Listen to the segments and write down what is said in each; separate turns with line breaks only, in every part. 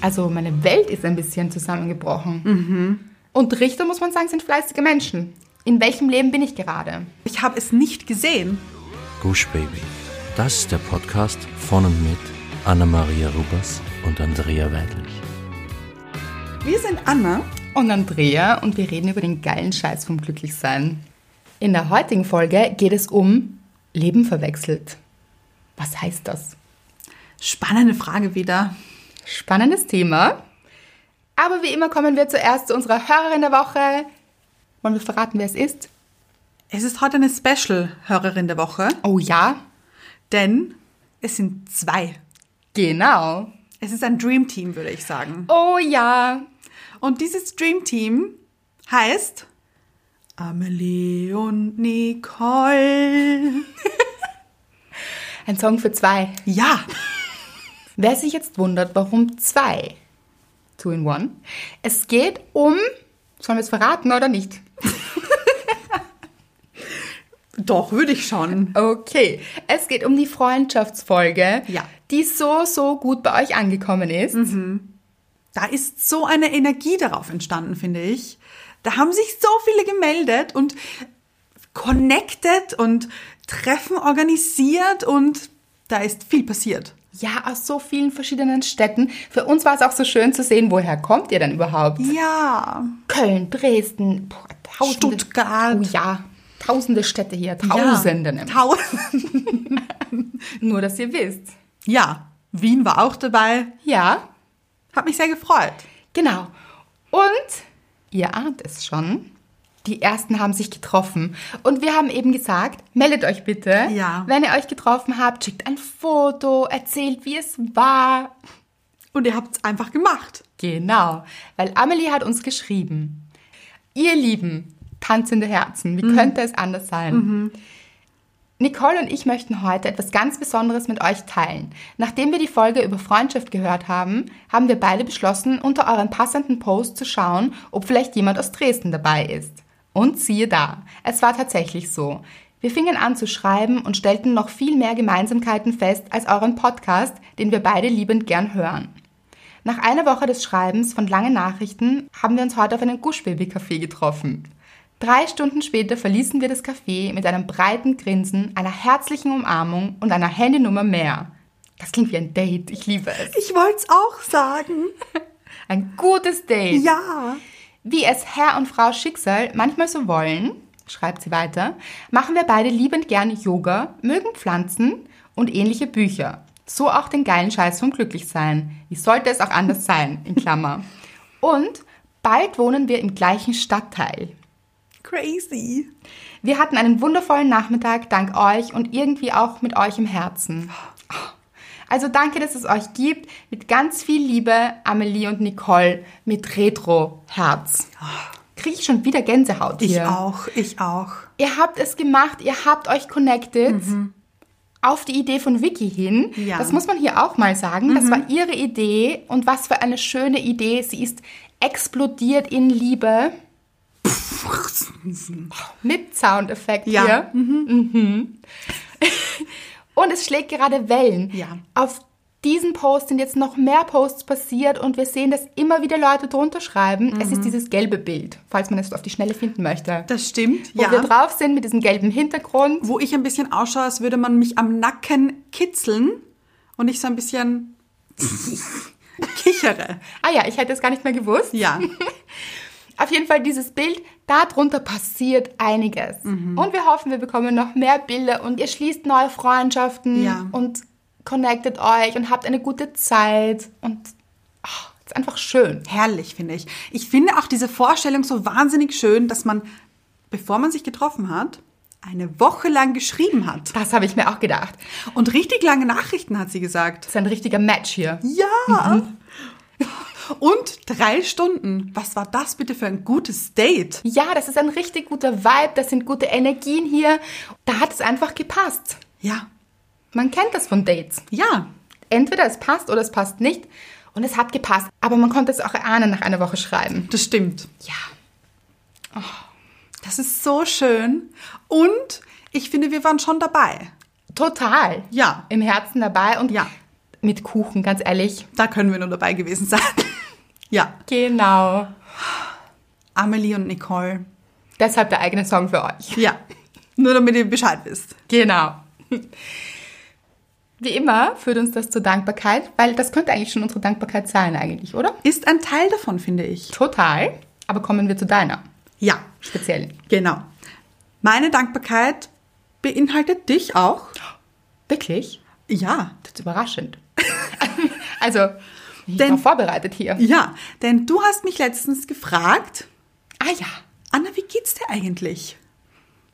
also meine Welt ist ein bisschen zusammengebrochen. Mhm. Und Richter, muss man sagen, sind fleißige Menschen. In welchem Leben bin ich gerade?
Ich habe es nicht gesehen.
Gush Baby. Das ist der Podcast von und mit Anna-Maria Rubers und Andrea Weidlich.
Wir sind Anna.
Und Andrea und wir reden über den geilen Scheiß vom Glücklichsein. In der heutigen Folge geht es um Leben verwechselt. Was heißt das?
Spannende Frage wieder.
Spannendes Thema. Aber wie immer kommen wir zuerst zu unserer Hörerin der Woche. Wollen wir verraten, wer es ist?
Es ist heute eine Special-Hörerin der Woche,
Oh ja,
denn es sind zwei.
genau.
Es ist ein Dream Team, würde ich sagen.
Oh ja.
Und dieses Dream Team heißt Amelie und Nicole.
Ein Song für zwei.
Ja,
Wer sich jetzt wundert, warum zwei? Two in one. Es geht um. Sollen wir es verraten oder nicht?
doch, würde ich schon.
Okay. Es geht um die Freundschaftsfolge,
Ja. Mhm.
die so, so gut bei euch angekommen ist.
Da ist so eine Energie darauf entstanden, finde ich. Da haben sich so viele gemeldet und connected und Treffen organisiert und da ist viel passiert.
Ja, aus so vielen verschiedenen Städten. Für uns war es auch so schön zu sehen, woher kommt ihr denn überhaupt?
Mhm. Ja,
Köln, Dresden, boah, tausende.
Stuttgart.
Oh ja, tausende Städte hier, tausende.
Ja.
nämlich.
Tausend.
Nur, dass ihr wisst.
ja, Wien war auch dabei.
Ja,
Hat mich sehr gefreut.
Genau. Und ihr ahnt es schon. Die ersten haben sich getroffen. Und wir haben eben gesagt, meldet euch bitte.
Ja.
Wenn ihr euch getroffen habt, schickt ein Foto, erzählt, wie es war.
Und ihr habt es einfach gemacht.
Genau. Weil Amelie hat uns geschrieben. Ihr Lieben, tanzende Herzen, wie könnte es anders sein? Nicole und ich möchten heute etwas ganz Besonderes mit euch teilen. Nachdem wir die Folge über Freundschaft gehört haben, haben wir beide beschlossen, unter euren passenden Post zu schauen, ob vielleicht jemand aus Dresden dabei ist. Und siehe da, es war tatsächlich so. Wir fingen an zu schreiben und stellten noch viel mehr Gemeinsamkeiten fest als euren Podcast, den wir beide liebend gern hören. Nach einer Woche des Schreibens von langen Nachrichten haben wir uns heute auf einem Guschbaby-Café getroffen. Drei Stunden später verließen wir das Café mit einem breiten Grinsen, einer herzlichen Umarmung und einer Handynummer mehr. Das klingt wie ein Date, ich liebe es.
Ich wollte es auch sagen.
Ein gutes Date.
Ja.
Wie es Herr und Frau Schicksal manchmal so wollen, schreibt sie weiter, machen wir beide liebend gerne Yoga, mögen Pflanzen und ähnliche Bücher. So auch den geilen Scheiß vom Glücklichsein. Wie sollte es auch anders sein, in Klammer. Und bald wohnen wir im gleichen Stadtteil.
Crazy.
Wir hatten einen wundervollen Nachmittag dank euch und irgendwie auch mit euch im Herzen. Also danke, dass es euch gibt. Mit ganz viel Liebe, Amelie und Nicole mit Retro-Herz. Kriege ich schon wieder Gänsehaut
Ich
hier.
auch, ich auch.
Ihr habt es gemacht, ihr habt euch connected. Auf die Idee von Vicky hin.
Mhm. Ja. Mhm.
Das muss man hier auch mal sagen. Das war ihre Idee und was für eine schöne Idee. Sie ist explodiert in Liebe. Mit Soundeffekt
Ja.
hier. Mhm. und es schlägt gerade Wellen.
Ja.
Auf diesen Post sind jetzt noch mehr Posts passiert und wir sehen, dass immer wieder Leute drunter schreiben. Es
Mhm.
ist dieses gelbe Bild, falls man es auf die Schnelle finden möchte.
Das stimmt,
Wo
ja.
wir drauf sind mit diesem gelben Hintergrund.
Wo ich ein bisschen ausschaue, als würde man mich am Nacken kitzeln und ich so ein bisschen kichere.
Ah ja, ich hätte es gar nicht mehr gewusst.
Ja,
Auf jeden Fall dieses Bild, darunter passiert einiges. Und wir hoffen, wir bekommen noch mehr Bilder und ihr schließt neue Freundschaften
Ja.
und connectet euch und habt eine gute Zeit und ah, ist einfach schön.
herrlich, finde ich. Ich finde auch diese Vorstellung so wahnsinnig schön, dass man, bevor man sich getroffen hat, eine Woche lang geschrieben hat.
Das habe ich mir auch gedacht.
Und richtig lange Nachrichten hat sie gesagt.
Das ist ein richtiger Match hier.
Ja. Und drei Stunden. Was war das bitte für ein gutes Date?
Ja, das ist ein richtig guter Vibe, das sind gute Energien hier. Da hat es einfach gepasst.
Ja.
Man kennt das von Dates.
Ja.
Entweder es passt oder es passt nicht. Und es hat gepasst. Aber man konnte es auch erahnen nach einer Woche schreiben.
Das stimmt.
Ja.
Das ist so schön. Und ich finde, wir waren schon dabei.
Total.
Ja.
Im Herzen dabei. Und
Ja.
mit Kuchen, ganz ehrlich.
Da können wir nur dabei gewesen sein. ja,
Genau.
Amelie und Nicole.
Deshalb der eigene Song für euch.
Ja, nur damit ihr Bescheid wisst.
Genau. Wie immer führt uns das zur Dankbarkeit, weil das könnte eigentlich schon unsere Dankbarkeit sein eigentlich, oder?
Ist ein Teil davon, finde ich.
Total. Aber kommen wir zu deiner
Ja,
speziellen.
genau. Meine Dankbarkeit beinhaltet dich auch.
Wirklich?
Ja,
Das ist überraschend. also, ich
Denn-
bin vorbereitet hier.
ja, denn du hast mich letztens gefragt,
Ah ja,
Anna, wie geht's dir eigentlich?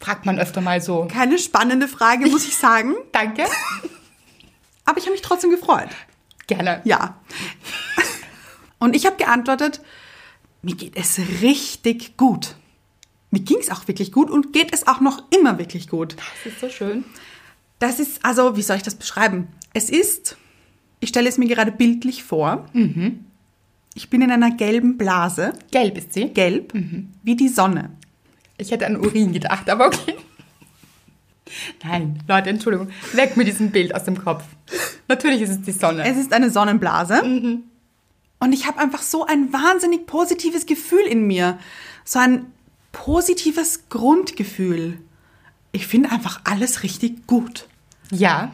fragt man öfter mal so.
Keine spannende Frage, muss ich sagen,
Danke.
aber ich habe mich trotzdem gefreut.
Gerne.
Ja. Und ich habe geantwortet, mir geht es richtig gut. Mir ging es auch wirklich gut und geht es auch noch immer wirklich gut.
Das ist so schön.
Das ist, also, wie soll ich das beschreiben? Es ist, ich stelle es mir gerade bildlich vor, ich bin in einer gelben Blase,
Gelb ist sie.
gelb, wie die Sonne.
Ich hätte an Urin gedacht, aber okay. Nein, Leute, Entschuldigung. Weg mit diesem Bild aus dem Kopf. Natürlich ist es die Sonne.
Es ist eine Sonnenblase. Und ich habe einfach so ein wahnsinnig positives Gefühl in mir. So ein positives Grundgefühl. Ich finde einfach alles richtig gut.
Ja,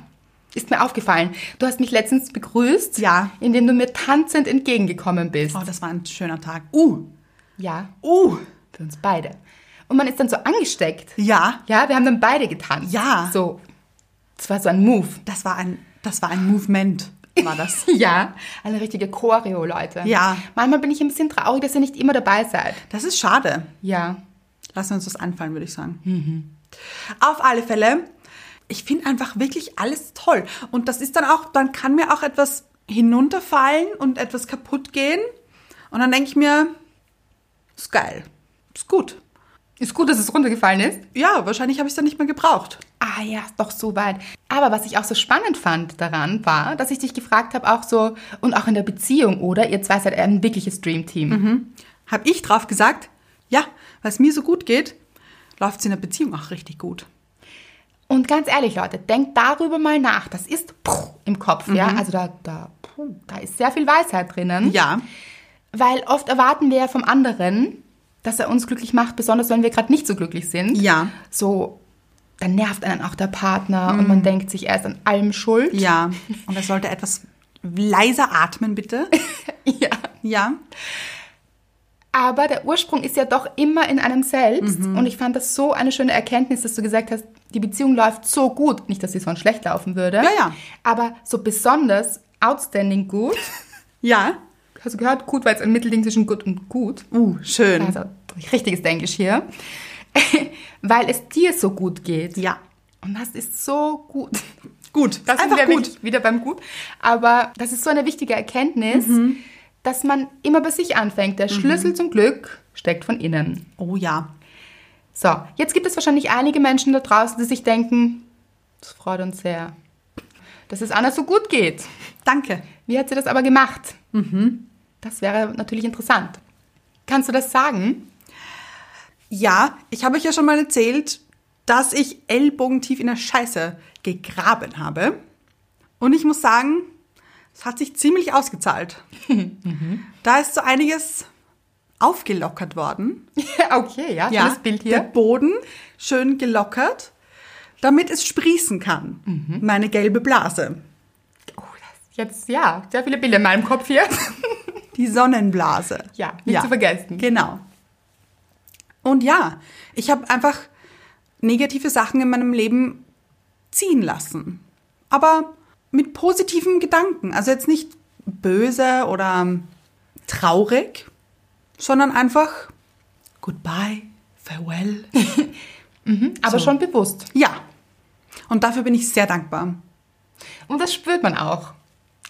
ist mir aufgefallen. Du hast mich letztens begrüßt,
Ja.
indem du mir tanzend entgegengekommen bist.
Oh, das war ein schöner Tag. Uh,
Ja,
uh,
für uns beide. Und man ist dann so angesteckt.
ja.
Ja, wir haben dann beide getanzt.
Ja.
So, es war so ein Move.
Das war ein, das war ein Movement, war das.
Ja, eine richtige Choreo, Leute.
Ja.
Manchmal bin ich ein bisschen traurig, dass ihr nicht immer dabei seid.
Das ist schade.
Ja.
Lassen wir uns das anfallen, würde ich sagen. Auf alle Fälle, ich finde einfach wirklich alles toll. Und das ist dann auch, dann kann mir auch etwas hinunterfallen und etwas kaputt gehen. Und dann denke ich mir, ist geil, ist gut.
Ist gut, dass es runtergefallen ist.
Ja, wahrscheinlich habe ich es dann nicht mehr gebraucht.
Ah ja, ist doch so weit. Aber was ich auch so spannend fand daran war, dass ich dich gefragt habe, auch so, und auch in der Beziehung, oder? Ihr zwei seid ein wirkliches Dreamteam.
Mhm. Habe ich drauf gesagt, ja, weil es mir so gut geht, läuft es in der Beziehung auch richtig gut.
Und ganz ehrlich, Leute, denkt darüber mal nach. Das ist puh, im Kopf, ja? Also da, da, puh, da ist sehr viel Weisheit drinnen.
Mhm. Ja,
Weil oft erwarten wir ja vom anderen, dass er uns glücklich macht, besonders wenn wir gerade nicht so glücklich sind.
Ja.
So, dann nervt einen auch der Partner und man denkt sich, er ist an allem schuld.
Mhm. ja. Und er sollte etwas leiser atmen, bitte.
ja.
Ja.
Aber der Ursprung ist ja doch immer in einem selbst.
Mhm.
Und ich fand das so eine schöne Erkenntnis, dass du gesagt hast, die Beziehung läuft so gut. Nicht, dass sie sonst schlecht laufen würde.
Ja, ja.
Aber so besonders outstanding gut.
Ja.
Hast du gehört? Gut war jetzt ein Mittelding zwischen gut und gut.
Uh, schön.
Also richtiges Englisch hier. Weil es dir so gut geht.
Ja.
Und das ist so gut.
Gut,
Das
einfach
sind wir
gut.
wirklich wieder beim Gut. Aber das ist so eine wichtige Erkenntnis,
Mhm.
dass man immer bei sich anfängt. Der Schlüssel zum Glück steckt von innen.
Oh ja.
So, jetzt gibt es wahrscheinlich einige Menschen da draußen, die sich denken, das freut uns sehr, dass es Anna so gut geht.
Danke.
Wie hat sie das aber gemacht? Das wäre natürlich interessant. Kannst du das sagen?
Ja, ich habe euch ja schon mal erzählt, dass ich ellbogentief in der Scheiße gegraben habe. Und ich muss sagen, es hat sich ziemlich ausgezahlt. Da ist so einiges aufgelockert worden.
okay, ja, schönes Bild
Der
hier.
Boden schön gelockert, damit es sprießen kann.
Mhm.
Meine gelbe Blase.
Oh, das, jetzt, ja, sehr viele Bilder in meinem Kopf hier.
Die Sonnenblase.
Ja, nicht zu vergessen.
Genau. Und ja, ich habe einfach negative Sachen in meinem Leben ziehen lassen. Aber mit positiven Gedanken. Also jetzt nicht böse oder ähm, traurig, sondern einfach goodbye, farewell.
aber schon bewusst.
ja. Und dafür bin ich sehr dankbar.
Und das spürt man auch.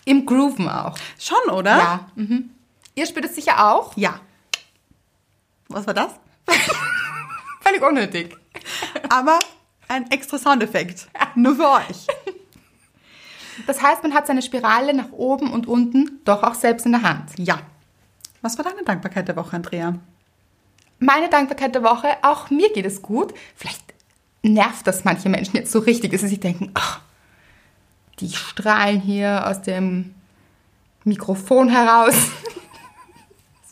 Im Grooven auch.
Schon, oder?
Ja. Mhm. Ihr spürt es sicher auch.
Ja. Was war das?
Völlig unnötig.
Aber ein extra Soundeffekt. Nur für euch.
Das heißt, man hat seine Spirale nach oben und unten doch auch selbst in der Hand.
Ja. Was war deine Dankbarkeit der Woche, Andrea?
Meine Dankbarkeit der Woche, auch mir geht es gut. Vielleicht nervt das manche Menschen jetzt so richtig, dass sie sich denken, ach, Die strahlen hier aus dem Mikrofon heraus.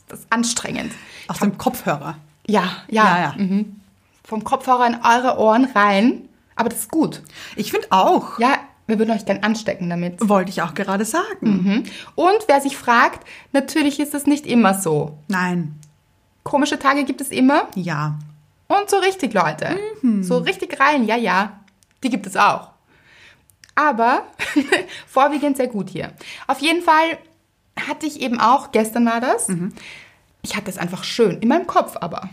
das ist anstrengend.
Aus dem Kopfhörer.
Ja, ja.
Ja, ja.
Mhm. Vom Kopfhörer in eure Ohren rein. Aber das ist gut.
Ich finde auch.
Ja, wir würden euch gern anstecken damit.
Wollte ich auch gerade sagen.
Mhm. Und wer sich fragt, natürlich ist es nicht immer so.
Nein.
Komische Tage gibt es immer.
Ja.
Und so richtig, Leute. So richtig rein, ja, ja. Die gibt es auch. Aber vorwiegend sehr gut hier. Auf jeden Fall hatte ich eben auch, gestern war das, ich hatte es einfach schön, in meinem Kopf aber.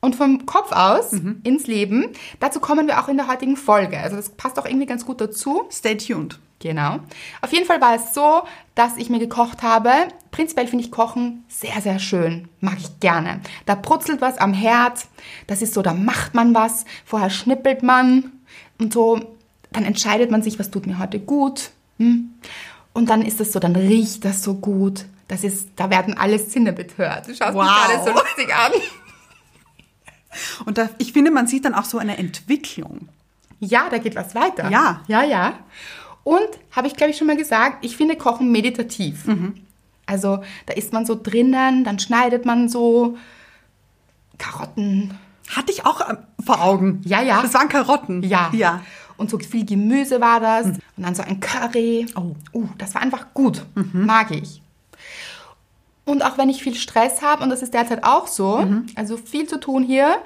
Und vom Kopf aus ins Leben, dazu kommen wir auch in der heutigen Folge. Also das passt auch irgendwie ganz gut dazu.
Stay tuned.
Genau. Auf jeden Fall war es so, dass ich mir gekocht habe. Prinzipiell finde ich Kochen sehr, sehr schön. Mag ich gerne. Da brutzelt was am Herd. Das ist so, da macht man was. Vorher schnippelt man. Und so, dann entscheidet man sich, was tut mir heute gut. Hm? Und dann ist das so, dann riecht das so gut. Das ist, da werden alle Sinne betört. Du schaust mich
Wow.
gerade so lustig an.
Und da, ich finde, man sieht dann auch so eine Entwicklung.
Ja, da geht was weiter.
Ja.
Ja, ja. Und habe ich, glaube ich, schon mal gesagt, ich finde Kochen meditativ. Also da ist man so drinnen, dann schneidet man so Karotten.
Hatte ich auch ähm, vor Augen.
Ja, ja.
Das waren Karotten.
Ja.
Ja.
Und so viel Gemüse war das. Und dann so ein Curry.
Oh.
Uh, das war einfach gut. Mag ich. Und auch wenn ich viel Stress habe, und das ist derzeit auch so, also viel zu tun hier,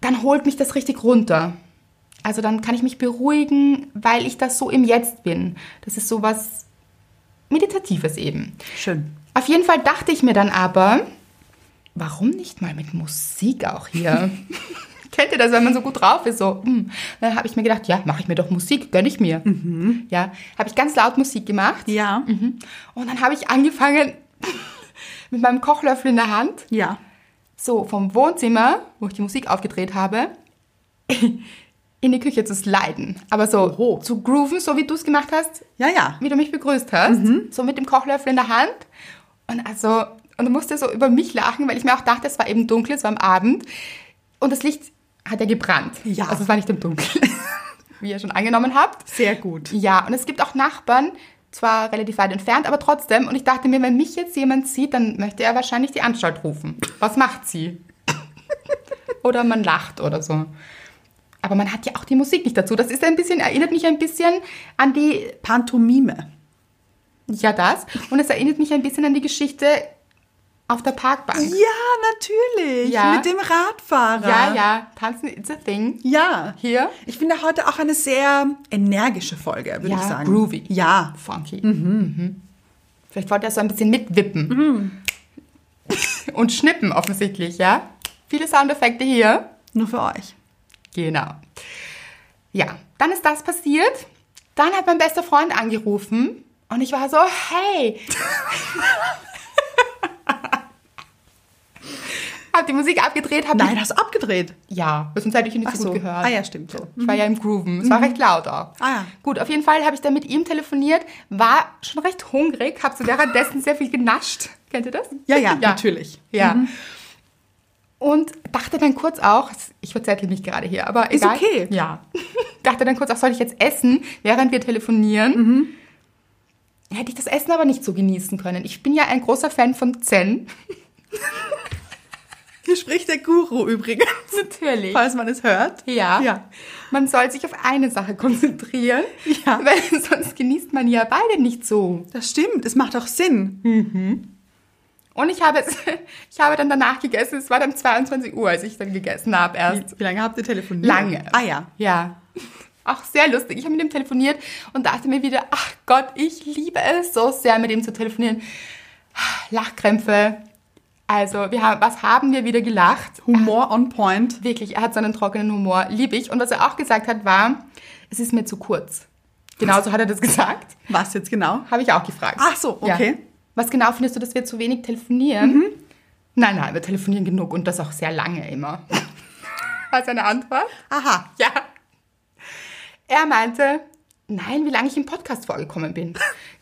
dann holt mich das richtig runter. Also dann kann ich mich beruhigen, weil ich das so im Jetzt bin. Das ist so was Meditatives eben.
Schön.
Auf jeden Fall dachte ich mir dann aber, warum nicht mal mit Musik auch hier? Kennt ihr das, wenn man so gut drauf ist? So, hm. dann habe ich mir gedacht, ja, mache ich mir doch Musik, gönne ich mir. Ja, habe ich ganz laut Musik gemacht.
Mhm. Ja.
Mhm. Und dann habe ich angefangen mit meinem Kochlöffel in der Hand,
Ja.
so vom Wohnzimmer, wo ich die Musik aufgedreht habe, in die Küche zu sliden. Aber so
Oho.
zu grooven, so wie du es gemacht hast,
Ja, ja.
wie du mich begrüßt hast, so mit dem Kochlöffel in der Hand. Und also, und du musste so über mich lachen, weil ich mir auch dachte, es war eben dunkel, es war am Abend. Und das Licht hat ja gebrannt.
Ja.
Also es war nicht im Dunkeln, wie ihr schon angenommen habt.
Sehr gut.
Ja, und es gibt auch Nachbarn, zwar relativ weit entfernt, aber trotzdem. Und ich dachte mir, wenn mich jetzt jemand sieht, dann möchte er wahrscheinlich die Anstalt rufen. Was macht sie? oder man lacht oder so. Aber man hat ja auch die Musik nicht dazu. Das ist ein bisschen, erinnert mich ein bisschen an die
Pantomime.
ja, das. Und es erinnert mich ein bisschen an die Geschichte auf der Parkbank.
Ja, natürlich.
Ja.
Mit dem Radfahrer.
Ja, ja, tanzen it's a thing.
Ja.
Hier.
Ich finde heute auch eine sehr energische Folge, würde
Ja,
ich sagen.
groovy.
Ja.
Funky. Mhm. Mhm. Vielleicht wollte er so ein bisschen mitwippen. Und schnippen offensichtlich, ja? Viele Soundeffekte hier.
Nur für euch.
Genau. Ja, dann ist das passiert. Dann hat mein bester Freund angerufen und ich war so, hey. hab die Musik abgedreht, hab
Nein, hast du abgedreht?
Ja, sonst hätte ich ihn nicht
Ach
so
so.
gut gehört.
Ah ja, stimmt.
So. Ich war ja im Grooven. Es war recht laut auch.
Ah ja.
Gut, auf jeden Fall habe ich dann mit ihm telefoniert, war schon recht hungrig, habe so währenddessen sehr viel genascht. Kennt ihr das?
Ja, ja, natürlich. Mhm.
Ja. Und dachte dann kurz auch, ich verzettel mich gerade hier, aber
Ist
egal.
okay.
Ja. dachte dann kurz auch, soll ich jetzt essen, während wir telefonieren?
Mhm.
Hätte ich das Essen aber nicht so genießen können. Ich bin ja ein großer Fan von Zen.
Hier spricht der Guru übrigens,
Natürlich.
falls man es hört.
Ja.
Ja.
Man soll sich auf eine Sache konzentrieren,
Ja.
weil sonst genießt man ja beide nicht so.
Das stimmt, es macht auch Sinn.
Und ich habe es, ich habe dann danach gegessen, es war dann 22 Uhr, als ich dann gegessen habe erst.
Wie lange habt ihr telefoniert?
Lange.
Ah ja.
Ja. Auch sehr lustig. Ich habe mit ihm telefoniert und dachte mir wieder, ach Gott, ich liebe es so sehr, mit ihm zu telefonieren. Lachkrämpfe. Also, wir haben, was haben wir wieder gelacht?
Humor on point.
Wirklich, er hat so einen trockenen Humor, liebe ich. Und was er auch gesagt hat, war, es ist mir zu kurz. Genauso hat er das gesagt.
Was jetzt genau?
Habe ich auch gefragt.
Ach so, okay. Mhm.
Was genau findest du, dass wir zu wenig telefonieren? Nein, nein, wir telefonieren genug und das auch sehr lange immer. War seine Antwort?
Aha.
Ja. Er meinte, nein, wie lange ich im Podcast vorgekommen bin.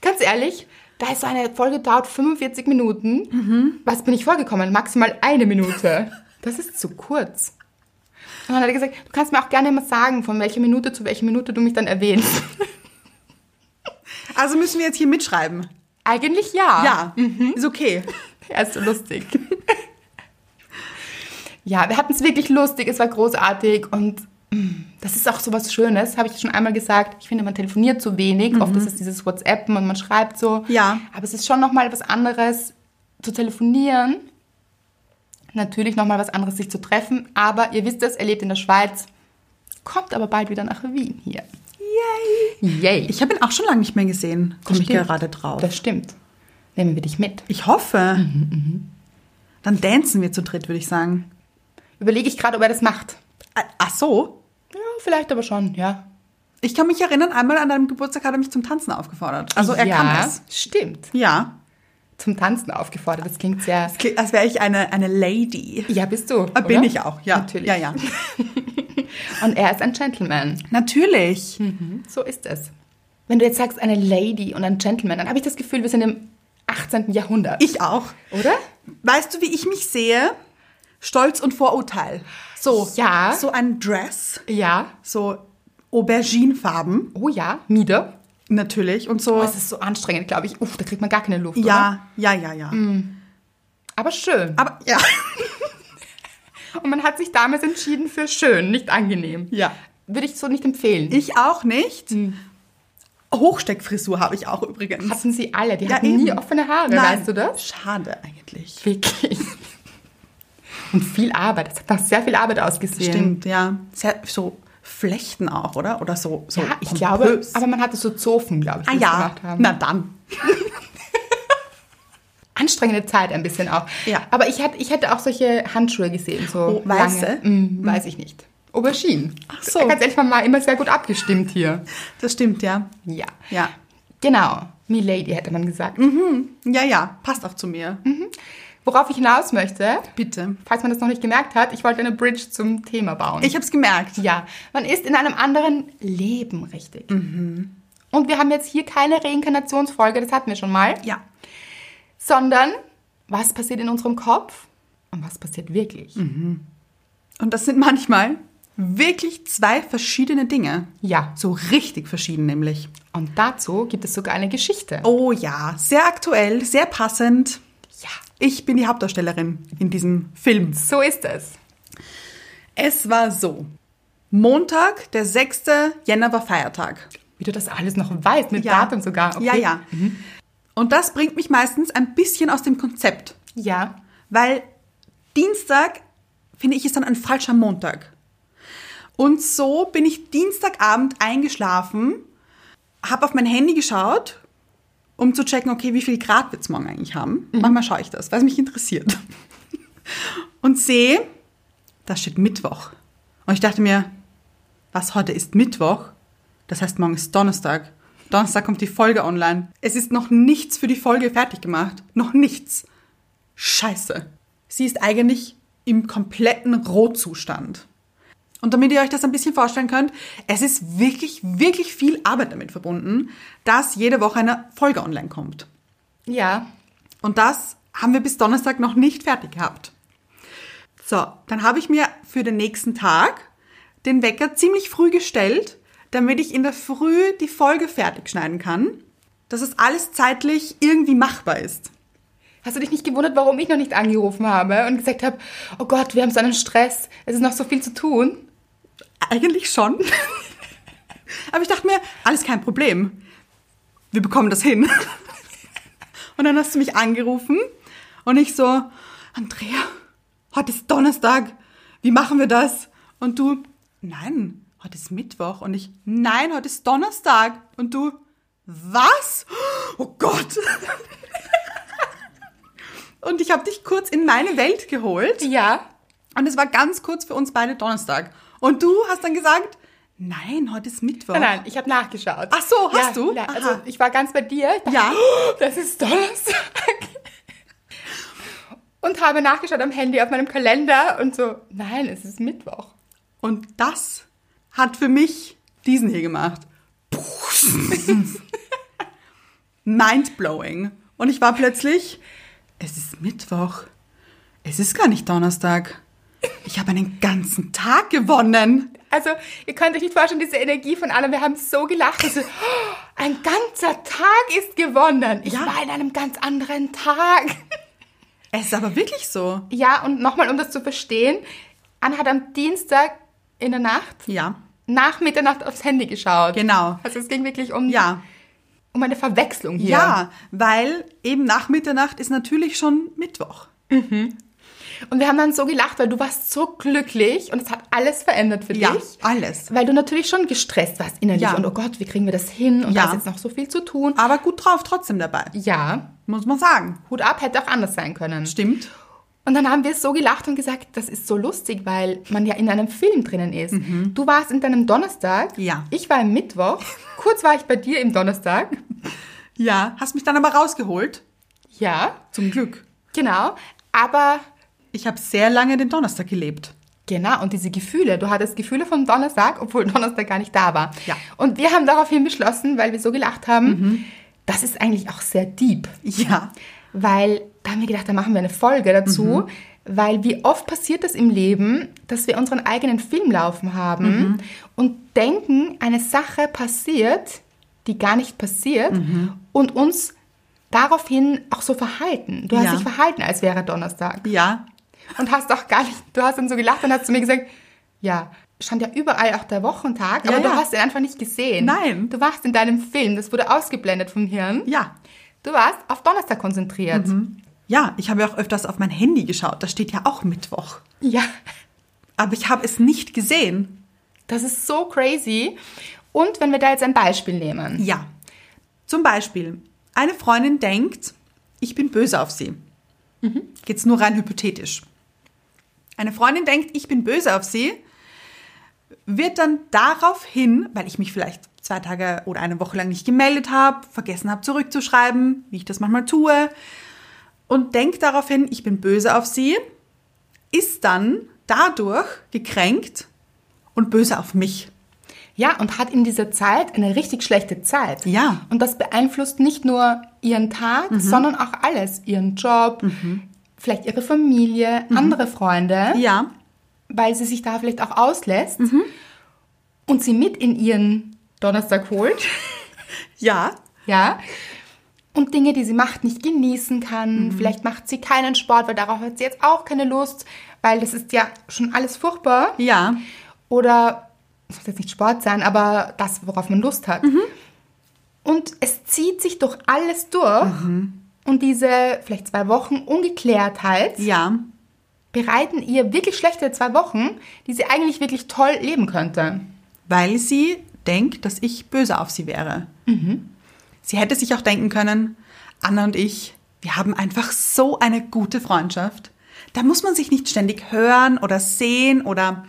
Ganz ehrlich, da ist so eine Folge dauert 45 Minuten.
Mhm.
Was bin ich vorgekommen? Maximal eine Minute. Das ist zu kurz. Und dann hat er gesagt, du kannst mir auch gerne mal sagen, von welcher Minute zu welcher Minute du mich dann erwähnst.
Also müssen wir jetzt hier mitschreiben.
Eigentlich ja.
Ja, ist okay.
Ja, ist so lustig. ja, wir hatten es wirklich lustig, es war großartig und mm, das ist auch so was Schönes, habe ich schon einmal gesagt. Ich finde, man telefoniert zu wenig, oft ist es dieses WhatsAppen und man schreibt so.
Mhm. Ja.
Aber es ist schon nochmal was anderes zu telefonieren. Natürlich nochmal was anderes, sich zu treffen. Aber ihr wisst es, er lebt in der Schweiz, kommt aber bald wieder nach Wien hier. Yay! Yay!
Ich habe ihn auch schon lange nicht mehr gesehen. Komme ich
Stimmt.
gerade drauf.
Das stimmt. Nehmen wir dich mit.
Ich hoffe. mhm. Dann dancen wir zu dritt, würde ich sagen.
Überlege ich gerade, ob er das macht.
Ah, Ach so.
Ja, vielleicht aber schon, ja.
Ich kann mich erinnern, einmal an deinem Geburtstag hat er mich zum Tanzen aufgefordert. Also er
ja,
kann das.
Stimmt.
Ja.
Zum Tanzen aufgefordert. Das klingt sehr.
Klingt, Als wäre ich eine, eine Lady.
Ja, bist du.
Ah, Bin
oder?
ich auch, ja.
Natürlich.
Ja, ja.
Und er ist ein Gentleman.
Natürlich.
So ist es. Wenn du jetzt sagst, eine Lady und ein Gentleman, dann habe ich das Gefühl, wir sind im 18. Jahrhundert.
Ich auch.
oder?
Weißt du, wie ich mich sehe? Stolz und Vorurteil. So,
Ja.
so ein Dress,
Ja.
so Auberginefarben
Oh ja. Mieder.
natürlich und so.
Oh, es ist so anstrengend, glaube ich. Uff, da kriegt man gar keine Luft. Oder? Hm.
ja, ja, ja, ja.
Aber schön.
Aber ja,
Und man hat sich damals entschieden für schön, nicht angenehm.
ja.
Würde ich so nicht empfehlen.
Ich auch nicht.
Hm.
Hochsteckfrisur habe ich auch übrigens.
hatten sie alle. Die
Ja,
hatten nie
eben.
offene Haare,
Nein.
weißt du das?
Schade eigentlich.
Wirklich. Und viel Arbeit. Das hat nach sehr viel Arbeit ausgesehen.
Stimmt, ja. Sehr, so Flechten auch, oder? Oder so. so
Ja, ich
pompös.
glaube, aber man hatte so Zofen, glaube ich,
ah
die das
ja.
gemacht haben.
Na dann.
Anstrengende Zeit ein bisschen auch.
Ja.
Aber ich hätte, ich hätte auch solche Handschuhe gesehen, so
Oh, weiße? Mhm.
lange. Mm, Weiß ich nicht. Aubergine.
Ach so.
Ganz ehrlich, man war immer sehr gut abgestimmt hier.
Das stimmt, ja.
Ja.
Ja. Mhm.
Genau. Milady hätte man gesagt.
Ja, ja. Passt auch zu mir.
Hm? Worauf ich hinaus möchte,
Bitte.
falls man das noch nicht gemerkt hat, ich wollte eine Bridge zum Thema bauen.
Ich habe es gemerkt.
Ja, man ist in einem anderen Leben, richtig. Und wir haben jetzt hier keine Reinkarnationsfolge, das hatten wir schon mal,
Ja.
sondern was passiert in unserem Kopf und was passiert wirklich.
Mhm. Und das sind manchmal wirklich zwei verschiedene Dinge.
Ja,
So richtig verschieden nämlich.
und dazu gibt es sogar eine Geschichte.
Oh ja, sehr aktuell, sehr passend.
Ja,
Ich bin die Hauptdarstellerin in diesem Film.
so ist es.
Es war so. Montag, der 6. Jänner war Feiertag.
Wie du das alles noch weißt, mit Datum sogar. Mhm.
Ja, ja. Und das bringt mich meistens ein bisschen aus dem Konzept.
Ja,
Weil Dienstag, finde ich, ist dann ein falscher Montag. Und so bin ich Dienstagabend eingeschlafen, habe auf mein Handy geschaut, um zu checken, okay, wie viel Grad wird's morgen eigentlich haben. Manchmal schaue ich das, weil es mich interessiert. Und sehe, da steht Mittwoch. Und ich dachte mir, was heute ist Mittwoch? Das heißt, morgen ist Donnerstag. Donnerstag kommt die Folge online. Es ist noch nichts für die Folge fertig gemacht. Noch nichts. Scheiße. Sie ist eigentlich im kompletten Rohzustand. Und damit ihr euch das ein bisschen vorstellen könnt, es ist wirklich, wirklich viel Arbeit damit verbunden, dass jede Woche eine Folge online kommt.
ja.
Und das haben wir bis Donnerstag noch nicht fertig gehabt. So, dann habe ich mir für den nächsten Tag den Wecker ziemlich früh gestellt, damit ich in der Früh die Folge fertig schneiden kann, dass es alles zeitlich irgendwie machbar ist.
Hast du dich nicht gewundert, warum ich noch nicht angerufen habe und gesagt habe, oh Gott, wir haben so einen Stress, es ist noch so viel zu tun?
Eigentlich schon. Aber ich dachte mir, alles kein Problem. Wir bekommen das hin. Und dann hast du mich angerufen und ich so, Andrea, heute ist Donnerstag. Wie machen wir das? Und du, nein, heute ist Mittwoch. Und ich, nein, heute ist Donnerstag. Und du, was? Oh Gott. Und ich habe dich kurz in meine Welt geholt.
Ja.
Und es war ganz kurz für uns beide Donnerstag. Und du hast dann gesagt, nein, heute ist Mittwoch.
Nein, nein, ich habe nachgeschaut.
Ach so, hast
ja,
du?
Ja,
Aha.
also ich war ganz bei dir. Ich dachte,
Ja.
"Oh, Das ist Donnerstag. Und habe nachgeschaut am Handy auf meinem Kalender und so, nein, es ist Mittwoch.
Und das hat für mich diesen hier gemacht. Mindblowing. Und ich war plötzlich, es ist Mittwoch. Es ist gar nicht Donnerstag. Ich habe einen ganzen Tag gewonnen.
Also, ihr könnt euch nicht vorstellen, diese Energie von allem. Wir haben so gelacht. Also, oh, Ein ganzer Tag ist gewonnen. Ich
Ja.
war in einem ganz anderen Tag.
Es ist aber wirklich so.
Ja, und nochmal, um das zu verstehen, Anna hat am Dienstag in der Nacht
Ja.
nach Mitternacht aufs Handy geschaut.
Genau.
Also es ging wirklich um,
Ja.
um eine Verwechslung hier.
Ja, weil eben nach Mitternacht ist natürlich schon Mittwoch.
Und wir haben dann so gelacht, weil du warst so glücklich und es hat alles verändert für
Ja,
dich.
alles.
Weil du natürlich schon gestresst warst innerlich
Ja.
und oh Gott, wie kriegen wir das hin? Und
Ja.
da ist jetzt noch so viel zu tun.
Aber gut drauf trotzdem dabei,
Ja,
muss man sagen.
Hut ab, hätte auch anders sein können.
Stimmt.
Und dann haben wir so gelacht und gesagt, das ist so lustig, weil man ja in einem Film drinnen ist. Du warst in deinem Donnerstag,
Mhm. Ja.
ich war im Mittwoch, kurz war ich bei dir im Donnerstag.
Ja. Hast mich dann aber rausgeholt.
Ja,
Zum Glück.
genau. Aber
Ich habe sehr lange den Donnerstag gelebt.
Genau, und diese Gefühle. Du hattest Gefühle vom Donnerstag, obwohl Donnerstag gar nicht da war.
Ja. Mhm.
Und wir haben daraufhin beschlossen, weil wir so gelacht haben, das ist eigentlich auch sehr deep.
Ja.
Weil da haben wir gedacht, da machen wir eine Folge dazu.
Mhm.
Weil wie oft passiert es im Leben, dass wir unseren eigenen Film laufen haben
Mhm.
und denken, eine Sache passiert, die gar nicht passiert
Mhm.
und uns daraufhin auch so verhalten. Du hast
Ja.
dich verhalten, als wäre Donnerstag
Ja.
und hast auch gar nicht, du hast dann so gelacht und hast zu mir gesagt, ja, stand ja überall auch der Wochentag,
Ja,
aber du
ja.
hast ihn einfach nicht gesehen.
Nein.
Du warst in deinem Film, das wurde ausgeblendet vom Hirn.
Ja. Mhm.
Du warst auf Donnerstag konzentriert.
Ja, ich habe ja auch öfters auf mein Handy geschaut. Da steht ja auch Mittwoch.
Ja,
Aber ich habe es nicht gesehen.
das ist so crazy. Und wenn wir da jetzt ein Beispiel nehmen.
Ja. Zum Beispiel, eine Freundin denkt, ich bin böse auf sie. Geht's nur rein hypothetisch. Eine Freundin denkt, ich bin böse auf sie, wird dann daraufhin, weil ich mich vielleicht zwei Tage oder eine Woche lang nicht gemeldet habe, vergessen habe zurückzuschreiben, wie ich das manchmal tue, und denkt daraufhin, ich bin böse auf sie, ist dann dadurch gekränkt und böse auf mich.
Ja, und hat in dieser Zeit eine richtig schlechte Zeit.
Ja. Mhm.
Und das beeinflusst nicht nur ihren Tag, sondern auch alles. Ihren Job, vielleicht ihre Familie,
Mhm.
andere Freunde.
Ja,
weil sie sich da vielleicht auch auslässt und sie mit in ihren Donnerstag holt,
ja,
ja. Und Dinge, die sie macht, nicht genießen kann. Vielleicht macht sie keinen Sport, weil darauf hat sie jetzt auch keine Lust, weil das ist ja schon alles furchtbar.
ja.
Oder es muss jetzt nicht Sport sein, aber das, worauf man Lust hat. Und es zieht sich durch alles durch. Und diese vielleicht zwei Wochen Ungeklärtheit
Ja,
bereiten ihr wirklich schlechte zwei Wochen, die sie eigentlich wirklich toll leben könnte.
weil sie denkt, dass ich böse auf sie wäre. Mhm. Sie hätte sich auch denken können, Anna und ich, wir haben einfach so eine gute Freundschaft. Da muss man sich nicht ständig hören oder sehen oder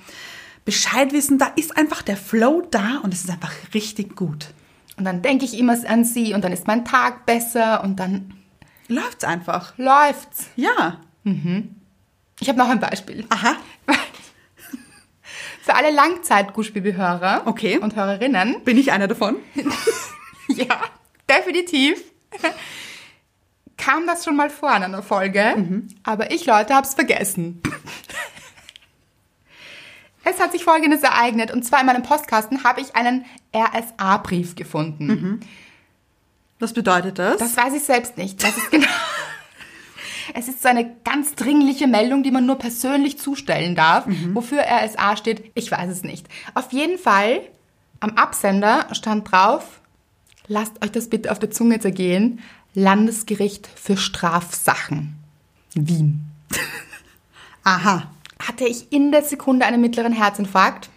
Bescheid wissen. Da ist einfach der Flow da und es ist einfach richtig gut.
Und dann denke ich immer an sie und dann ist mein Tag besser und dann
Läuft's einfach.
läuft's.
Ja.
Ich habe noch ein Beispiel.
Aha.
Für alle Langzeit-Guspielbehörer
Okay.
und Hörerinnen.
Bin ich einer davon?
Ja, definitiv. Kam das schon mal vor in einer Folge, aber ich, Leute, hab's vergessen. Es hat sich Folgendes ereignet, und zwar in meinem Postkasten habe ich einen RSA-Brief gefunden.
Was bedeutet das?
Das weiß ich selbst nicht. Das ist genau. Es ist so eine ganz dringliche Meldung, die man nur persönlich zustellen darf. Wofür RSA steht, ich weiß es nicht. Auf jeden Fall, am Absender stand drauf, lasst euch das bitte auf der Zunge zergehen, Landesgericht für Strafsachen. Wien.
Aha.
Hatte ich in der Sekunde einen mittleren Herzinfarkt?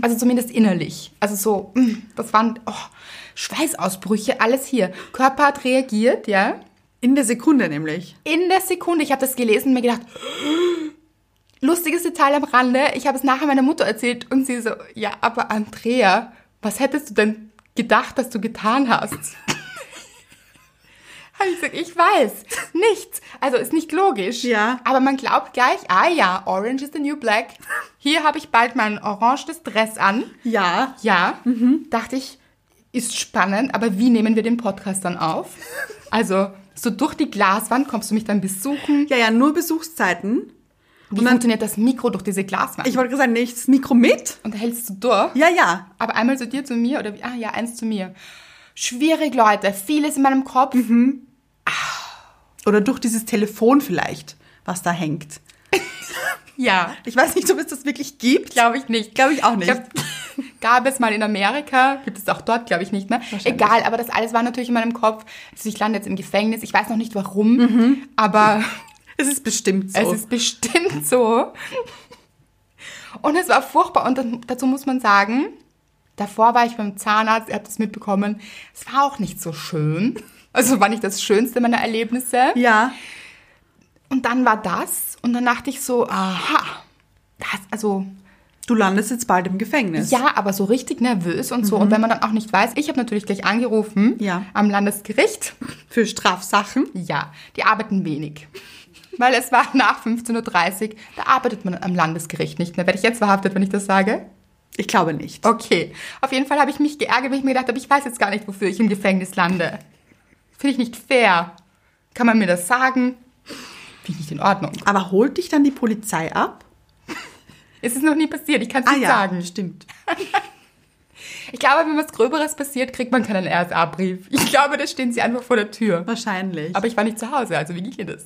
Also zumindest innerlich. Also so, mm, das waren oh, Schweißausbrüche, alles hier. Körper hat reagiert, ja.
In der Sekunde nämlich.
In der Sekunde, ich habe das gelesen und mir gedacht, lustiges Detail am Rande, ich habe es nachher meiner Mutter erzählt und sie so, ja, aber Andrea, was hättest du denn gedacht, dass du getan hast? habe ich gesagt, ich weiß, nichts. Also ist nicht logisch.
Ja.
Aber man glaubt gleich, ah ja, Orange is the New Black. Hier habe ich bald mein oranges Dress an.
Ja.
Ja,
Mhm.
dachte ich, ist spannend, aber wie nehmen wir den Podcast dann auf? Also, so durch die Glaswand kommst du mich dann besuchen.
Ja, ja, nur Besuchszeiten.
Wie
Und dann-
funktioniert das Mikro durch diese Glaswand?
Ich wollte gerade sagen, nehme ich das Mikro mit?
und da hältst du durch.
Ja, ja.
Aber einmal so dir zu mir oder wie? Ah ja, eins zu mir. Schwierig, Leute. Vieles in meinem Kopf.
Mhm. Oder durch dieses Telefon vielleicht, was da hängt.
Ja,
Ich weiß nicht, ob es das wirklich gibt.
glaube ich nicht.
Glaube ich auch nicht.
Ich glaub, gab es mal in Amerika, gibt es auch dort, glaube ich, nicht mehr. Egal, aber das alles war natürlich in meinem Kopf. Also ich lande jetzt im Gefängnis. Ich weiß noch nicht warum,
Mhm.
aber
es ist bestimmt so.
es ist bestimmt so. Und es war furchtbar. Und dann, dazu muss man sagen, davor war ich beim Zahnarzt, ihr habt es mitbekommen. Es war auch nicht so schön. Also war nicht das Schönste meiner Erlebnisse.
ja.
Und dann war das. Und dann dachte ich so, aha, das, also
Du landest jetzt bald im Gefängnis.
Ja, aber so richtig nervös und so. Und wenn man dann auch nicht weiß, ich habe natürlich gleich angerufen
Mhm. Ja.
am Landesgericht.
Für Strafsachen.
Ja, die arbeiten wenig. Weil es war nach 15.30 Uhr, da arbeitet man am Landesgericht nicht mehr. Werde ich jetzt verhaftet, wenn ich das sage?
Ich glaube nicht.
Okay. Auf jeden Fall habe ich mich geärgert, weil ich mir gedacht habe, ich weiß jetzt gar nicht, wofür ich im Gefängnis lande. Finde ich nicht fair. Kann man mir das sagen? Finde ich nicht in Ordnung.
Aber holt dich dann die Polizei ab?
Es ist noch nie passiert, ich kann
Ah
es nicht sagen.
stimmt.
Ich glaube, wenn was Gröberes passiert, kriegt man keinen RSA-Brief. Ich glaube, da stehen sie einfach vor der Tür.
Wahrscheinlich.
Aber ich war nicht zu Hause, also wie ging denn das?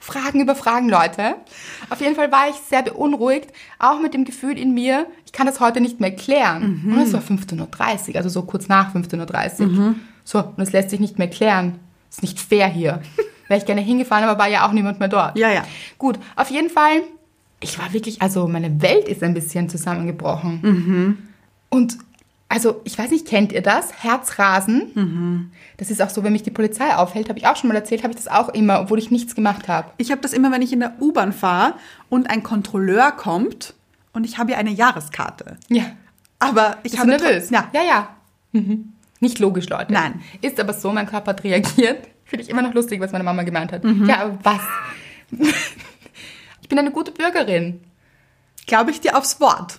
Fragen über Fragen, Leute. Auf jeden Fall war ich sehr beunruhigt, auch mit dem Gefühl in mir, ich kann das heute nicht mehr klären.
Mhm.
Und es war 15.30 Uhr, also so kurz nach 15.30 Uhr.
Mhm.
So, und es lässt sich nicht mehr klären. Ist nicht fair hier. Wäre ich gerne hingefahren, aber war ja auch niemand mehr dort.
Ja, ja.
Gut, auf jeden Fall, ich war wirklich, also meine Welt ist ein bisschen zusammengebrochen.
Mhm.
Und also, ich weiß nicht, kennt ihr das? Herzrasen.
Mhm.
Das ist auch so, wenn mich die Polizei aufhält, habe ich auch schon mal erzählt, habe ich das auch immer, obwohl ich nichts gemacht habe.
ich habe das immer, wenn ich in der U-Bahn fahre und ein Kontrolleur kommt und ich habe ja eine Jahreskarte.
Ja.
Aber ich
Bist du
habe
nervös?
trotzdem- Ja,
ja. ja. Mhm. Nicht logisch, Leute.
Nein.
Ist aber so, mein Körper hat reagiert. Finde ich immer noch lustig, was meine Mama gemeint hat.
Mhm.
Ja, aber was? ich bin eine gute Bürgerin.
glaube ich dir aufs Wort.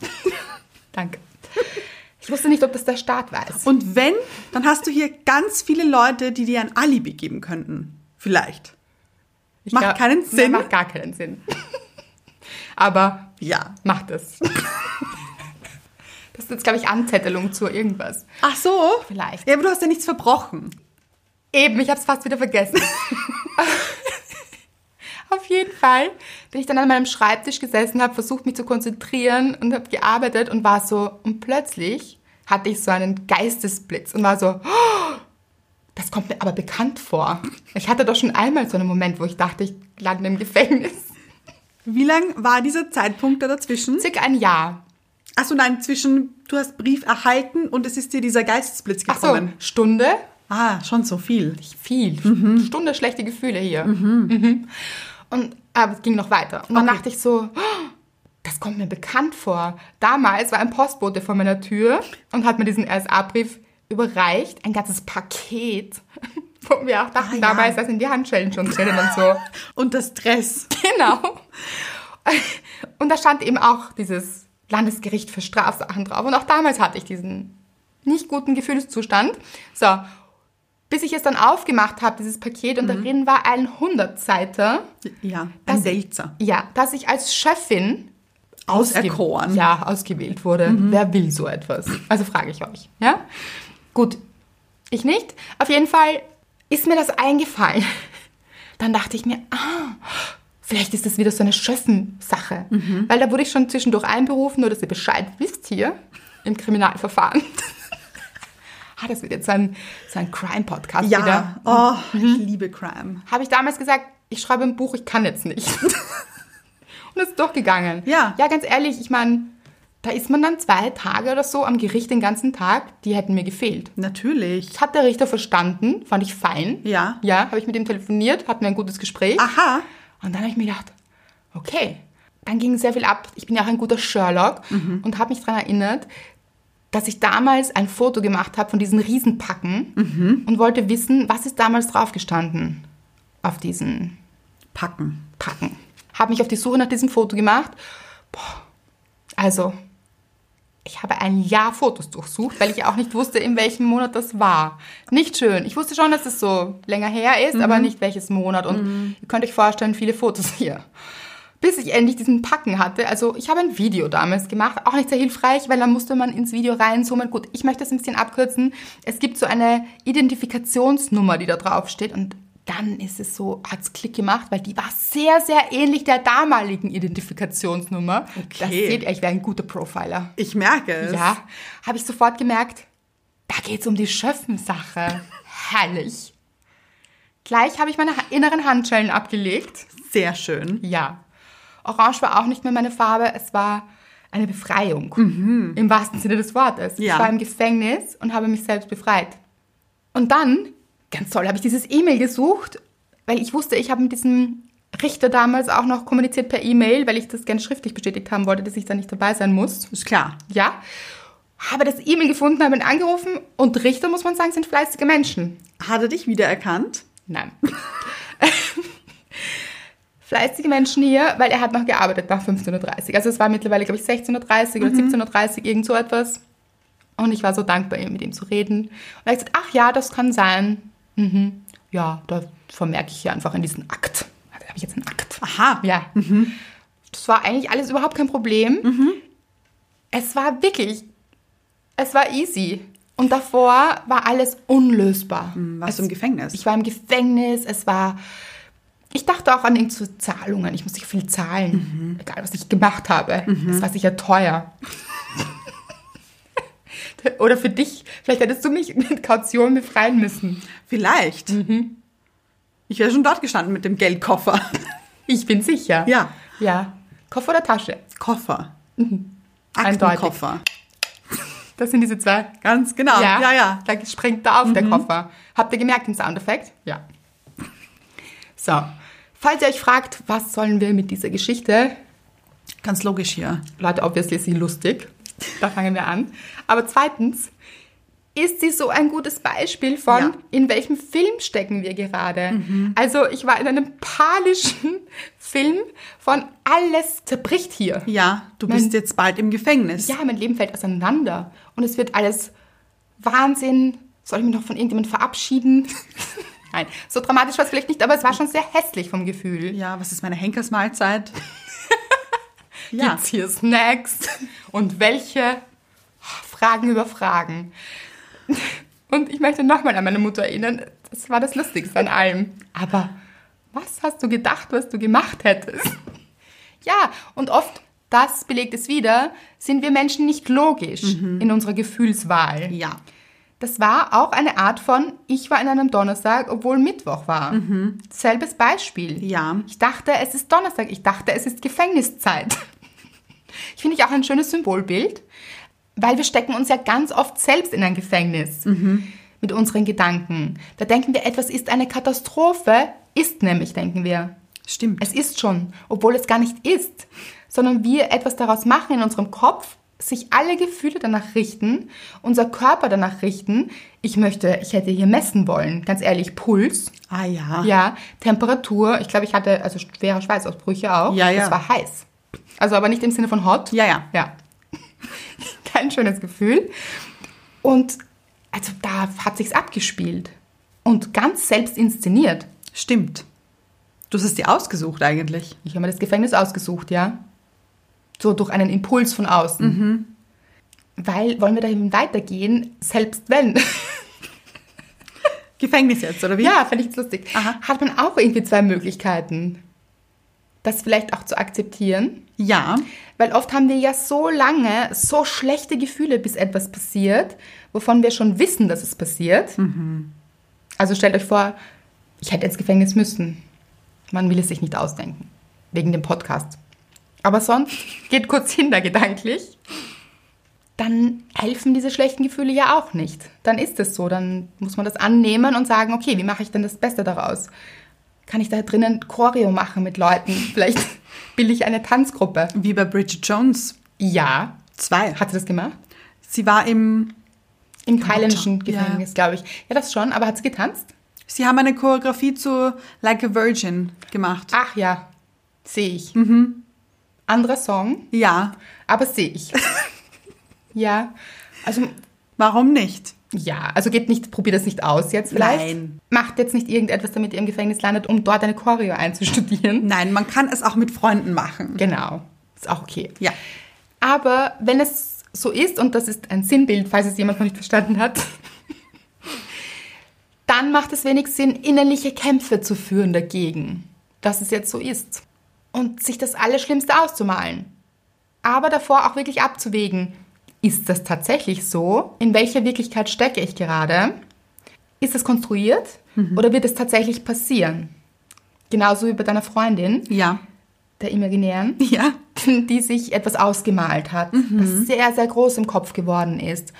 Danke. Ich wusste nicht, ob das der Staat weiß.
Und wenn, dann hast du hier ganz viele Leute, die dir ein Alibi geben könnten. Vielleicht.
Ich
macht keinen
nein,
Sinn.
Macht gar keinen Sinn. aber
Ja.
macht es. das ist jetzt, glaube ich, Anzettelung zu irgendwas.
Ach so.
Vielleicht.
Ja, aber du hast ja nichts verbrochen.
Eben, ich habe es fast wieder vergessen. Auf jeden Fall bin ich dann an meinem Schreibtisch gesessen, habe versucht, mich zu konzentrieren und habe gearbeitet und war so, und plötzlich hatte ich so einen Geistesblitz und war so, "Oh, das kommt mir aber bekannt vor. Ich hatte doch schon einmal so einen Moment, wo ich dachte, ich lande im Gefängnis.
Wie lang war dieser Zeitpunkt da dazwischen?
Circa ein Jahr.
Ach so, nein, zwischen du hast Brief erhalten und es ist dir dieser Geistesblitz
Ach so,
gekommen.
Stunde,
Ah, schon so viel.
viel.
Mhm.
Stunde schlechte Gefühle hier. Mhm. Und aber es ging noch weiter. Und dann dachte ich so, "Oh, das kommt mir bekannt vor. Damals war ein Postbote vor meiner Tür und hat mir diesen RSA-Brief überreicht, ein ganzes Paket. Wo wir auch dachten
Ah, ja.
damals, da sind die Handschellen schon drinnen und so.
Und das Stress.
Genau. Und da stand eben auch dieses Landesgericht für Strafsachen drauf. Und auch damals hatte ich diesen nicht guten Gefühlszustand. So, bis ich es dann aufgemacht habe, dieses Paket, und darin war ein 100-Seiter,
Ja, ein
Das-
Selzer.
ja, dass ich als Chefin
Auserkoren. Mhm.
ja, ausgewählt wurde. Wer will so etwas? Also frage ich euch. Ja? Gut, ich nicht. Auf jeden Fall ist mir das eingefallen. Dann dachte ich mir, ah, vielleicht ist das wieder so eine Schöffen-Sache.
Mhm.
Weil da wurde ich schon zwischendurch einberufen, nur dass ihr Bescheid wisst hier im Kriminalverfahren. ah, das wird jetzt so ein, so ein Crime-Podcast
Ja,
wieder. Mhm.
oh, ich liebe Crime.
Habe ich damals gesagt, ich schreibe ein Buch, ich kann jetzt nicht. Und es ist durchgegangen.
Ja.
Ja, ganz ehrlich, ich meine, da ist man dann zwei Tage oder so am Gericht den ganzen Tag, die hätten mir gefehlt.
Natürlich.
Das hat der Richter verstanden, fand ich fein.
Ja. Ah.
Ja, habe ich mit ihm telefoniert, hatten ein gutes Gespräch.
Aha.
Und dann habe ich mir gedacht, okay, dann ging sehr viel ab. Ich bin ja auch ein guter Sherlock
Mhm.
und habe mich daran erinnert, dass ich damals ein Foto gemacht habe von diesen Riesenpacken
Mhm.
und wollte wissen, was ist damals draufgestanden auf diesen
Packen.
Packen. Habe mich auf die Suche nach diesem Foto gemacht. Boah. Also, ich habe ein Jahr Fotos durchsucht, weil ich ja auch nicht wusste, in welchem Monat das war. Nicht schön. Ich wusste schon, dass es so länger her ist, aber nicht welches Monat. Und ihr könnt euch vorstellen, viele Fotos hier. bis ich endlich diesen Packen hatte. Also ich habe ein Video damals gemacht, auch nicht sehr hilfreich, weil da musste man ins Video reinzoomen. Gut, ich möchte das ein bisschen abkürzen. Es gibt so eine Identifikationsnummer, die da drauf steht und dann ist es so, hat's Klick gemacht, weil die war sehr, sehr ähnlich der damaligen Identifikationsnummer.
Okay.
Das seht ihr, ich wäre ein guter Profiler.
Ich merke es.
Ja, habe ich sofort gemerkt, da geht's um die Schöffensache. Herrlich. Gleich habe ich meine ha- inneren Handschellen abgelegt.
Sehr schön.
Ja. Orange war auch nicht mehr meine Farbe, es war eine Befreiung. Im wahrsten Sinne des Wortes.
Ja.
Ich war im Gefängnis und habe mich selbst befreit. Und dann, ganz toll, habe ich dieses E-Mail gesucht, weil ich wusste, ich habe mit diesem Richter damals auch noch kommuniziert per E-Mail, weil ich das gern schriftlich bestätigt haben wollte, dass ich da nicht dabei sein muss
Ist klar.
ja, habe das E-Mail gefunden, habe ihn angerufen und Richter, muss man sagen, sind fleißige Menschen.
Hat er dich wiedererkannt?
Nein. fleißige Menschen hier, weil er hat noch gearbeitet nach 15.30 Uhr. Also es war mittlerweile, glaube ich, 16.30 Uhr oder 17.30 Uhr, irgend so etwas. Und ich war so dankbar, mit ihm zu reden. Und er hat gesagt, ach ja, das kann sein. Mhm. Ja, da vermerke ich hier einfach in diesen Akt. Also, Da habe ich jetzt einen Akt.
Aha.
Ja. Mhm. Das war eigentlich alles überhaupt kein Problem.
Mhm.
Es war wirklich, es war easy. Und davor war alles unlösbar.
Mhm. Warst du im Gefängnis?
Ich war im Gefängnis, es war, ich dachte auch an irgendwelche Zahlungen. Ich musste viel
Mhm.
zahlen, egal was ich gemacht habe. Das war sicher teuer. Oder für dich, vielleicht hättest du mich mit Kaution befreien müssen.
Vielleicht.
Mhm.
Ich wäre schon dort gestanden mit dem Geldkoffer.
Ich bin sicher.
Ja.
Ja. Koffer oder Tasche?
Koffer. Mhm.
Eindeutig.
Aktenkoffer.
Das sind diese zwei
Ganz genau. Ja, ja. Mhm.
Da springt da auf der Koffer. Habt ihr gemerkt den Soundeffekt? Ja. So. Falls ihr euch fragt, was sollen wir mit dieser Geschichte?
Ganz logisch hier.
Leute, obviously ist sie lustig. Da fangen wir an. Aber zweitens, ist sie so ein gutes Beispiel von,
Ja. Mhm.
in welchem Film stecken wir gerade? Also, ich war in einem palischen Film von alles zerbricht hier.
Ja, du
Mein-
bist jetzt bald im Gefängnis.
Ja, mein Leben fällt auseinander. Und es wird alles Wahnsinn. Soll ich mich noch von irgendjemandem verabschieden? Nein, so dramatisch war es vielleicht nicht, aber es war schon sehr hässlich vom Gefühl.
Ja, was ist meine Henkersmahlzeit? ja.
Gibt's hier Snacks? Und welche? Fragen über Fragen. Und ich möchte nochmal an meine Mutter erinnern, das war das Lustigste an allem. Aber was hast du gedacht, was du gemacht hättest? Ja, und oft, das belegt es wieder, sind wir Menschen nicht logisch in unserer Gefühlswahl.
Mhm. Ja.
Das war auch eine Art von, ich war in einem Donnerstag, obwohl Mittwoch war. Selbes Beispiel.
Ja.
Ich dachte, es ist Donnerstag. Ich dachte, es ist Gefängniszeit. Ich finde ich auch ein schönes Symbolbild, weil wir stecken uns ja ganz oft selbst in ein Gefängnis mit unseren Gedanken. Da denken wir, etwas ist eine Katastrophe, ist nämlich, denken wir.
Stimmt.
Es ist schon, obwohl es gar nicht ist, sondern wir etwas daraus machen in unserem Kopf, sich alle Gefühle danach richten, unser Körper danach richten. Ich möchte, ich hätte hier messen wollen, ganz ehrlich, Puls,
ah ja.
ja, Temperatur. Ich glaube, ich hatte also schwere Schweißausbrüche auch.
Ja, ja.
Es war heiß. Also aber nicht im Sinne von hot.
Ja, ja.
Ja. Kein schönes Gefühl. Und also da hat sich's abgespielt und ganz selbst inszeniert.
Stimmt. Du hast es dir ausgesucht eigentlich.
Ich habe mir das Gefängnis ausgesucht, ja. So durch einen Impuls von außen. Weil wollen wir dahin weitergehen, selbst wenn.
Gefängnis jetzt, oder wie?
ja, fand ich lustig.
Aha.
Hat man auch irgendwie zwei Möglichkeiten, das vielleicht auch zu akzeptieren.
Ja.
Weil oft haben wir ja so lange so schlechte Gefühle, bis etwas passiert, wovon wir schon wissen, dass es passiert. Also stellt euch vor, ich hätte ins Gefängnis müssen. Man will es sich nicht ausdenken. Wegen dem Podcast. Aber sonst geht kurz hin da gedanklich. Dann helfen diese schlechten Gefühle ja auch nicht. Dann ist es so. Dann muss man das annehmen und sagen, okay, wie mache ich denn das Beste daraus? Kann ich da drinnen Choreo machen mit Leuten? Vielleicht bilde ich eine Tanzgruppe.
Wie bei Bridget Jones
Ja.
2.
Hat sie das gemacht?
Sie war im.
Im thailändischen
Ja.
Gefängnis, glaube ich. Ja, das schon, aber hat sie getanzt?
Sie haben eine Choreografie zu Like a Virgin gemacht.
Ach ja, sehe ich.
Mhm.
Anderer Song,
Ja.
aber sehe ich. ja, also
Warum nicht?
Ja, also geht nicht, probiert das nicht aus jetzt vielleicht.
Nein.
Macht jetzt nicht irgendetwas, damit ihr im Gefängnis landet, um dort eine Choreo einzustudieren.
Nein, man kann es auch mit Freunden machen.
Genau. Ist auch okay.
Ja.
Aber wenn es so ist, und das ist ein Sinnbild, falls es jemand noch nicht verstanden hat, dann macht es wenig Sinn, innerliche Kämpfe zu führen dagegen, dass es jetzt so ist. Und sich das Allerschlimmste auszumalen. Aber davor auch wirklich abzuwägen, ist das tatsächlich so? In welcher Wirklichkeit stecke ich gerade? Ist das konstruiert oder wird es tatsächlich passieren? Genauso wie bei deiner Freundin,
Ja.
der imaginären
Ja.
die sich etwas ausgemalt hat, das sehr, sehr groß im Kopf geworden ist.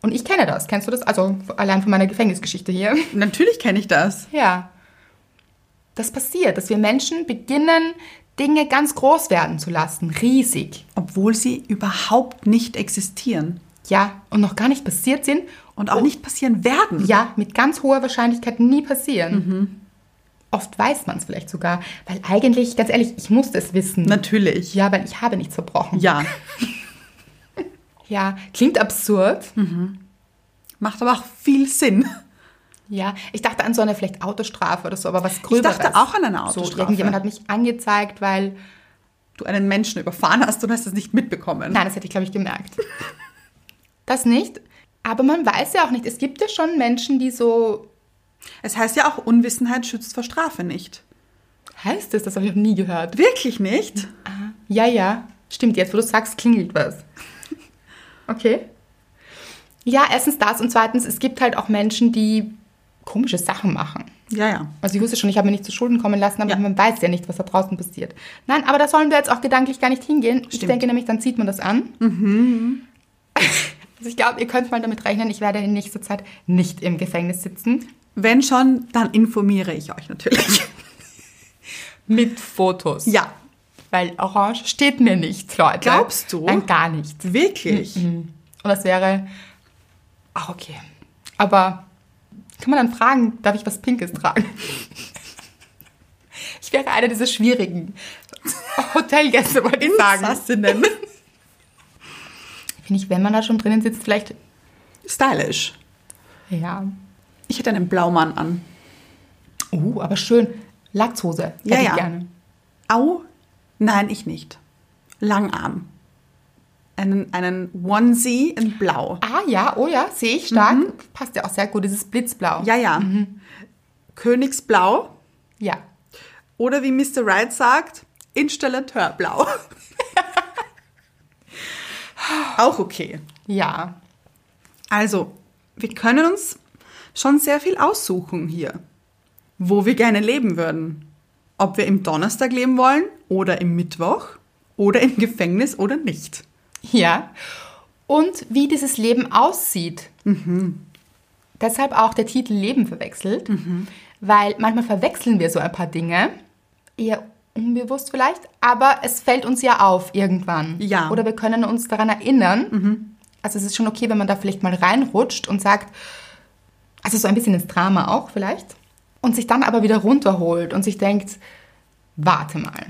Und ich kenne das. Kennst du das? Also allein von meiner Gefängnisgeschichte hier.
Natürlich kenne ich das.
Ja. Das passiert, dass wir Menschen beginnen, Dinge ganz groß werden zu lassen, riesig.
Obwohl sie überhaupt nicht existieren
Ja, und noch gar nicht passiert sind.
und auch nicht passieren werden.
Ja, mit ganz hoher Wahrscheinlichkeit nie passieren. Oft weiß man es vielleicht sogar, weil eigentlich, ganz ehrlich, ich musste es wissen.
Natürlich.
Ja, weil ich habe nichts verbrochen.
Ja.
ja klingt absurd.
Macht aber auch viel Sinn.
Ja, ich dachte an so eine vielleicht Autostrafe oder so, aber was Gröberes.
dachte auch an eine
So,
Autostrafe.
irgendjemand hat mich angezeigt, weil...
Du einen Menschen überfahren hast und hast es nicht mitbekommen.
Nein, das hätte ich, glaube ich, gemerkt. das nicht. Aber man weiß ja auch nicht. Es gibt ja schon Menschen, die so...
Es heißt ja auch, Unwissenheit schützt vor Strafe nicht.
Heißt es? Das habe ich noch nie gehört.
Wirklich nicht?
Ja, ja. Stimmt, jetzt, wo du sagst, klingelt was. Okay. Ja, erstens das und zweitens, es gibt halt auch Menschen, die komische Sachen machen.
Ja, ja.
Also ich wusste schon, ich habe mir nicht zu Schulden kommen lassen, aber
Ja.
man weiß ja nicht, was da draußen passiert. Nein, aber da sollen wir jetzt auch gedanklich gar nicht hingehen. Ich
Stimmt. Mhm.
denke nämlich, dann zieht man das an. Also ich glaube, ihr könnt mal damit rechnen, ich werde in nächster Zeit nicht im Gefängnis sitzen.
Wenn schon, dann informiere ich euch natürlich.
Mit Fotos. Ja.
ja.
Weil Orange steht mir nicht, Leute.
Glaubst du?
Nein, gar nicht.
Wirklich?
Und das wäre auch okay. Aber kann man dann fragen, darf ich was Pinkes tragen? Ich wäre einer dieser schwierigen Hotelgäste, wollte ich sagen.
Insassinnen.
Finde ich, wenn man da schon drinnen sitzt, vielleicht,
Stylish.
ja.
Ich hätte einen Blaumann an.
Uh, aber schön. Latzhose. Hätte
Ja,
ich
ja.
gerne.
Au? Nein, ich nicht. Langarm. Einen, einen Onesie in Blau.
Ah ja, oh ja, sehe ich stark. Passt ja auch sehr gut, dieses Blitzblau.
Mhm. Ja, ja. Königsblau.
ja.
Oder wie Mr. Wright sagt, Installateurblau. Auch okay.
Ja.
Also, wir können uns schon sehr viel aussuchen hier, wo wir gerne leben würden. Ob wir im Donnerstag leben wollen oder im Mittwoch oder im Gefängnis oder nicht.
Ja. Und wie dieses Leben aussieht. Deshalb auch der Titel Leben verwechselt, weil manchmal verwechseln wir so ein paar Dinge, eher unbewusst vielleicht, aber es fällt uns ja auf irgendwann.
Ja.
Oder wir können uns daran erinnern. Also es ist schon okay, wenn man da vielleicht mal reinrutscht und sagt, also so ein bisschen ins Drama auch vielleicht, und sich dann aber wieder runterholt und sich denkt, warte mal,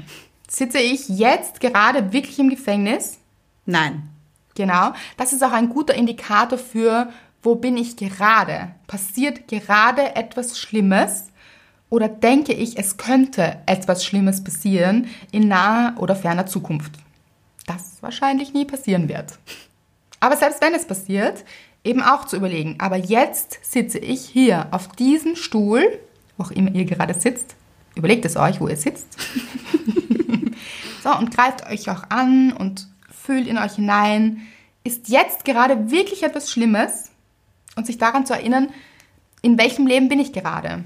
sitze ich jetzt gerade wirklich im Gefängnis?
Nein.
Genau. Das ist auch ein guter Indikator für, wo bin ich gerade? Passiert gerade etwas Schlimmes? Oder denke ich, es könnte etwas Schlimmes passieren in naher oder ferner Zukunft? Das wahrscheinlich nie passieren wird. Aber selbst wenn es passiert, eben auch zu überlegen. Aber jetzt sitze ich hier auf diesem Stuhl, wo auch immer ihr gerade sitzt. Überlegt es euch, wo ihr sitzt. So, und greift euch auch an und fühlt in euch hinein. Ist jetzt gerade wirklich etwas Schlimmes? Und sich daran zu erinnern, in welchem Leben bin ich gerade?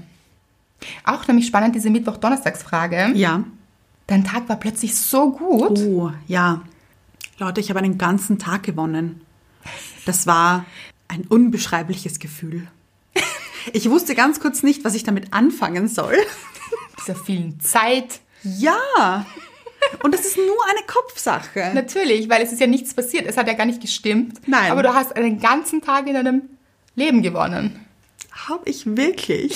Auch nämlich spannend diese Mittwoch-Donnerstagsfrage.
Ja.
Dein Tag war plötzlich so gut.
Oh, ja. Leute, ich habe einen ganzen Tag gewonnen. Das war ein unbeschreibliches Gefühl. Ich wusste ganz kurz nicht, was ich damit anfangen soll.
Dieser vielen Zeit.
Ja. Und das ist nur eine Kopfsache.
Natürlich, weil es ist ja nichts passiert. Es hat ja gar nicht gestimmt.
Nein.
Aber du hast einen ganzen Tag in deinem Leben gewonnen.
Habe ich wirklich.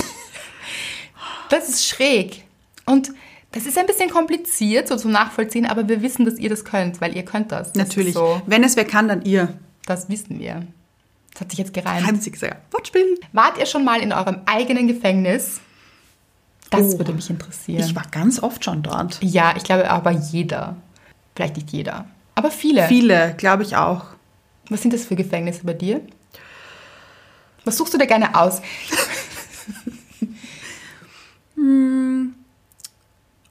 Das ist schräg. Und das ist ein bisschen kompliziert, so zum Nachvollziehen, aber wir wissen, dass ihr das könnt, weil ihr könnt das. das
Natürlich.
Ist so.
Wenn es wer kann, dann ihr.
Das wissen wir. Das hat sich jetzt gereimt.
Einzig sehr. Wortspiel.
Wart ihr schon mal in eurem eigenen Gefängnis? Das
Oh.
würde mich interessieren.
Ich war ganz oft schon dort.
ja, ich glaube aber jeder. Vielleicht nicht jeder. Aber viele.
Viele, glaube ich auch.
Was sind das für Gefängnisse bei dir? Was suchst du dir gerne aus?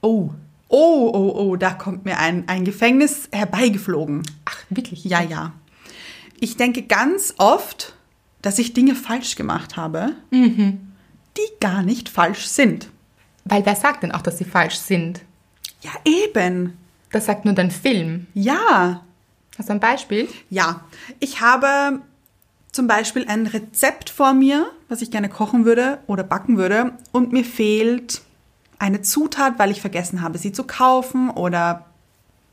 Oh. Oh, oh, oh, da kommt mir ein, ein Gefängnis herbeigeflogen.
Ach, wirklich?
Ja, ja. Ich denke ganz oft, dass ich Dinge falsch gemacht habe, Mhm. die gar nicht falsch sind.
Weil wer sagt denn auch, dass sie falsch sind?
Ja, eben.
Das sagt nur dein Film.
Ja.
Hast du ein Beispiel?
Ja. Ich habe zum Beispiel ein Rezept vor mir, was ich gerne kochen würde oder backen würde, und mir fehlt eine Zutat, weil ich vergessen habe, sie zu kaufen oder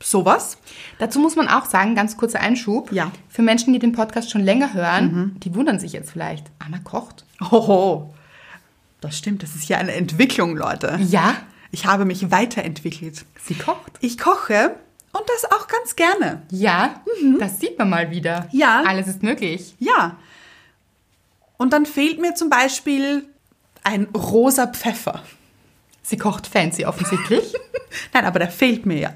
sowas.
Dazu muss man auch sagen, ganz kurzer Einschub.
Ja. Mhm.
Für Menschen, die den Podcast schon länger hören, die wundern sich jetzt vielleicht. Anna kocht.
Hoho. Das stimmt, das ist hier eine Entwicklung, Leute.
Ja,
Ich habe mich weiterentwickelt.
sie kocht.
Ich koche und das auch ganz gerne.
Ja, das sieht man mal wieder.
Mhm. Ja.
Alles ist möglich.
Ja. Und dann fehlt mir zum Beispiel ein rosa Pfeffer.
Sie kocht fancy offensichtlich.
Nein, aber der fehlt mir ja.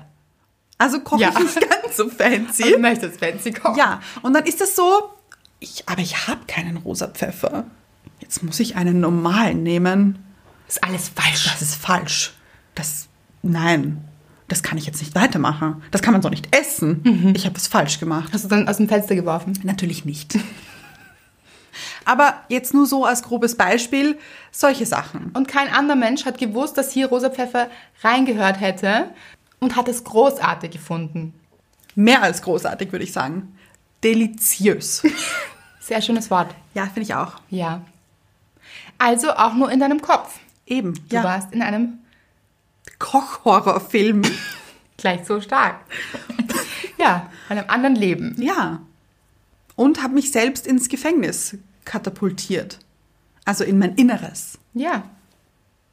Also koche
Ja.
ich nicht ganz so
Sie
fancy.
möchte es fancy kochen.
Ja, und dann ist das so, ich, aber ich habe keinen rosa Pfeffer. Jetzt muss ich einen normalen nehmen.
Ist alles falsch.
Das ist falsch. Das, nein, das kann ich jetzt nicht weitermachen. Das kann man so nicht essen.
Mhm.
Ich habe es falsch gemacht.
Hast du dann aus dem Fenster geworfen?
Natürlich nicht. Aber jetzt nur so als grobes Beispiel, solche Sachen.
Und kein anderer Mensch hat gewusst, dass hier rosa Pfeffer reingehört hätte und hat es großartig gefunden.
Mehr als großartig, würde ich sagen. Deliziös.
Sehr schönes Wort.
ja, finde ich auch.
Ja. Also auch nur in deinem Kopf.
Eben.
Du warst in einem
Kochhorrorfilm.
gleich so stark. ja, in einem anderen Leben.
ja. Und habe mich selbst ins Gefängnis katapultiert. Also in mein Inneres.
Ja.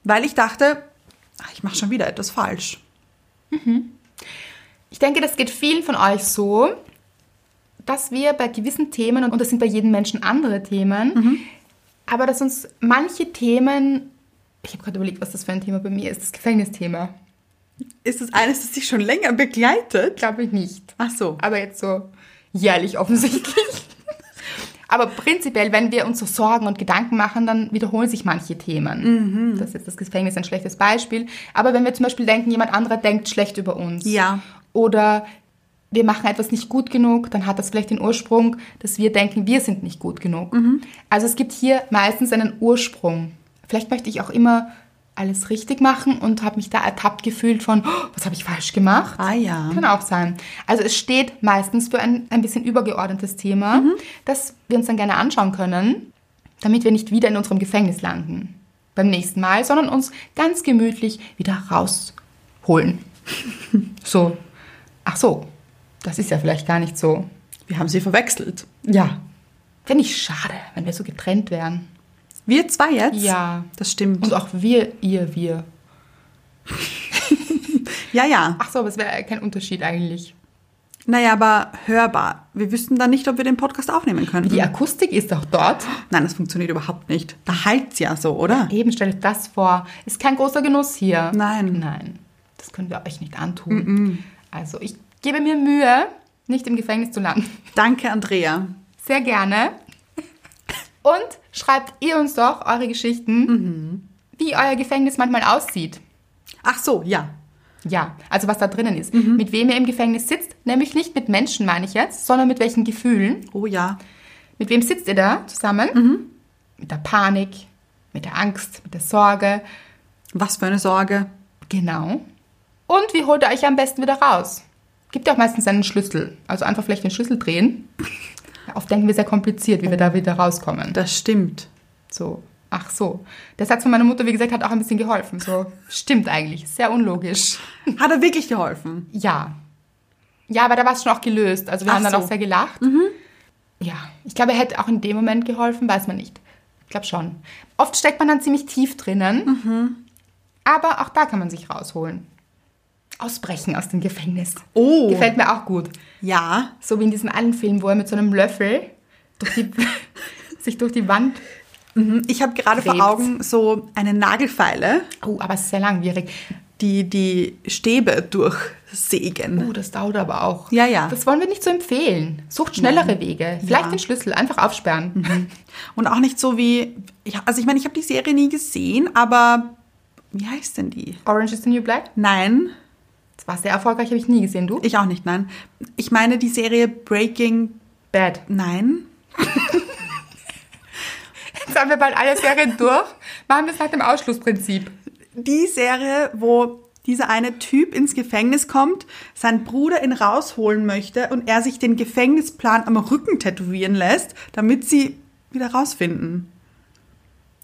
Weil ich dachte, ah, ich mache schon wieder etwas falsch.
Ich denke, das geht vielen von euch so, dass wir bei gewissen Themen, und das sind bei jedem Menschen andere Themen, aber dass uns manche Themen, ich habe gerade überlegt, was das für ein Thema bei mir ist, das Gefängnisthema.
Ist es eines, das dich schon länger begleitet?
Glaube ich nicht.
Ach so.
Aber jetzt so jährlich offensichtlich. Aber prinzipiell, wenn wir uns so Sorgen und Gedanken machen, dann wiederholen sich manche Themen. Das ist jetzt das Gefängnis ein schlechtes Beispiel. Aber wenn wir zum Beispiel denken, jemand anderer denkt schlecht über uns.
Ja.
Oder wir machen etwas nicht gut genug, dann hat das vielleicht den Ursprung, dass wir denken, wir sind nicht gut genug. Also es gibt hier meistens einen Ursprung. Vielleicht möchte ich auch immer alles richtig machen und habe mich da ertappt gefühlt von, "Oh, was habe ich falsch gemacht?
Ah ja.
Kann auch sein. Also es steht meistens für ein, ein bisschen übergeordnetes Thema, das wir uns dann gerne anschauen können, damit wir nicht wieder in unserem Gefängnis landen beim nächsten Mal, sondern uns ganz gemütlich wieder rausholen. so. Ach so, das ist ja vielleicht gar nicht so.
Wir haben sie verwechselt.
Ja. Fände ich schade, wenn wir so getrennt wären.
Wir zwei jetzt?
Ja.
Das stimmt.
Und auch wir, ihr, wir.
ja, ja.
Ach so, aber es wäre kein Unterschied eigentlich.
Naja, aber hörbar. Wir wüssten dann nicht, ob wir den Podcast aufnehmen können.
Die Akustik ist auch dort.
Nein, das funktioniert überhaupt nicht. Da halt's ja so, oder?
Eben, stell euch das vor. Ist kein großer Genuss hier.
Nein.
Nein. Das können wir euch nicht antun. Also, ich gebe mir Mühe, nicht im Gefängnis zu landen.
Danke, Andrea.
Sehr gerne. Und schreibt ihr uns doch eure Geschichten, wie euer Gefängnis manchmal aussieht.
Ach so, ja.
Ja, also was da drinnen ist. Mit wem ihr im Gefängnis sitzt, nämlich nicht mit Menschen, meine ich jetzt, sondern mit welchen Gefühlen.
Oh ja.
Mit wem sitzt ihr da zusammen? Mit der Panik, mit der Angst, mit der Sorge,
Was für eine Sorge.
Genau. Und wie holt ihr euch am besten wieder raus? Gibt ja auch meistens einen Schlüssel. Also einfach vielleicht den Schlüssel drehen. Oft denken wir sehr kompliziert, wie wir da wieder rauskommen.
Das stimmt.
So, ach so. Der Satz von meiner Mutter, wie gesagt, hat auch ein bisschen geholfen. So, stimmt eigentlich. Sehr unlogisch.
Hat er wirklich geholfen?
Ja. Ja, aber da war es schon auch gelöst. Also wir
Ach
haben dann
so. Mhm.
auch sehr gelacht. Ja, ich glaube, er hätte auch in dem Moment geholfen, weiß man nicht. Ich glaube schon. Oft steckt man dann ziemlich tief drinnen.
Mhm.
Aber auch da kann man sich rausholen. Ausbrechen aus dem Gefängnis.
Oh.
Gefällt mir auch gut.
Ja.
So wie in diesem einen Film, wo er mit so einem Löffel durch die, sich durch die Wand.
Ich habe gerade vor
Krebs.
Augen so eine Nagelfeile,
Oh, aber es ist sehr langwierig.
die die Stäbe durchsägen.
Oh, das dauert aber auch.
Ja, ja.
Das wollen wir nicht so empfehlen. Sucht schnellere Wege. Vielleicht
Ja. Mhm.
den Schlüssel, einfach aufsperren.
Und auch nicht so wie, ja, also ich meine, ich habe die Serie nie gesehen, aber wie heißt denn die?
Orange is the New Black.
Nein,
Das war sehr erfolgreich, habe ich nie gesehen, du?
ich auch nicht, nein. Ich meine die Serie Breaking,
Bad.
nein.
Jetzt haben wir bald alle Serien durch. Machen wir es nach dem Ausschlussprinzip.
Die Serie, wo dieser eine Typ ins Gefängnis kommt, seinen Bruder ihn rausholen möchte und er sich den Gefängnisplan am Rücken tätowieren lässt, damit sie wieder rausfinden.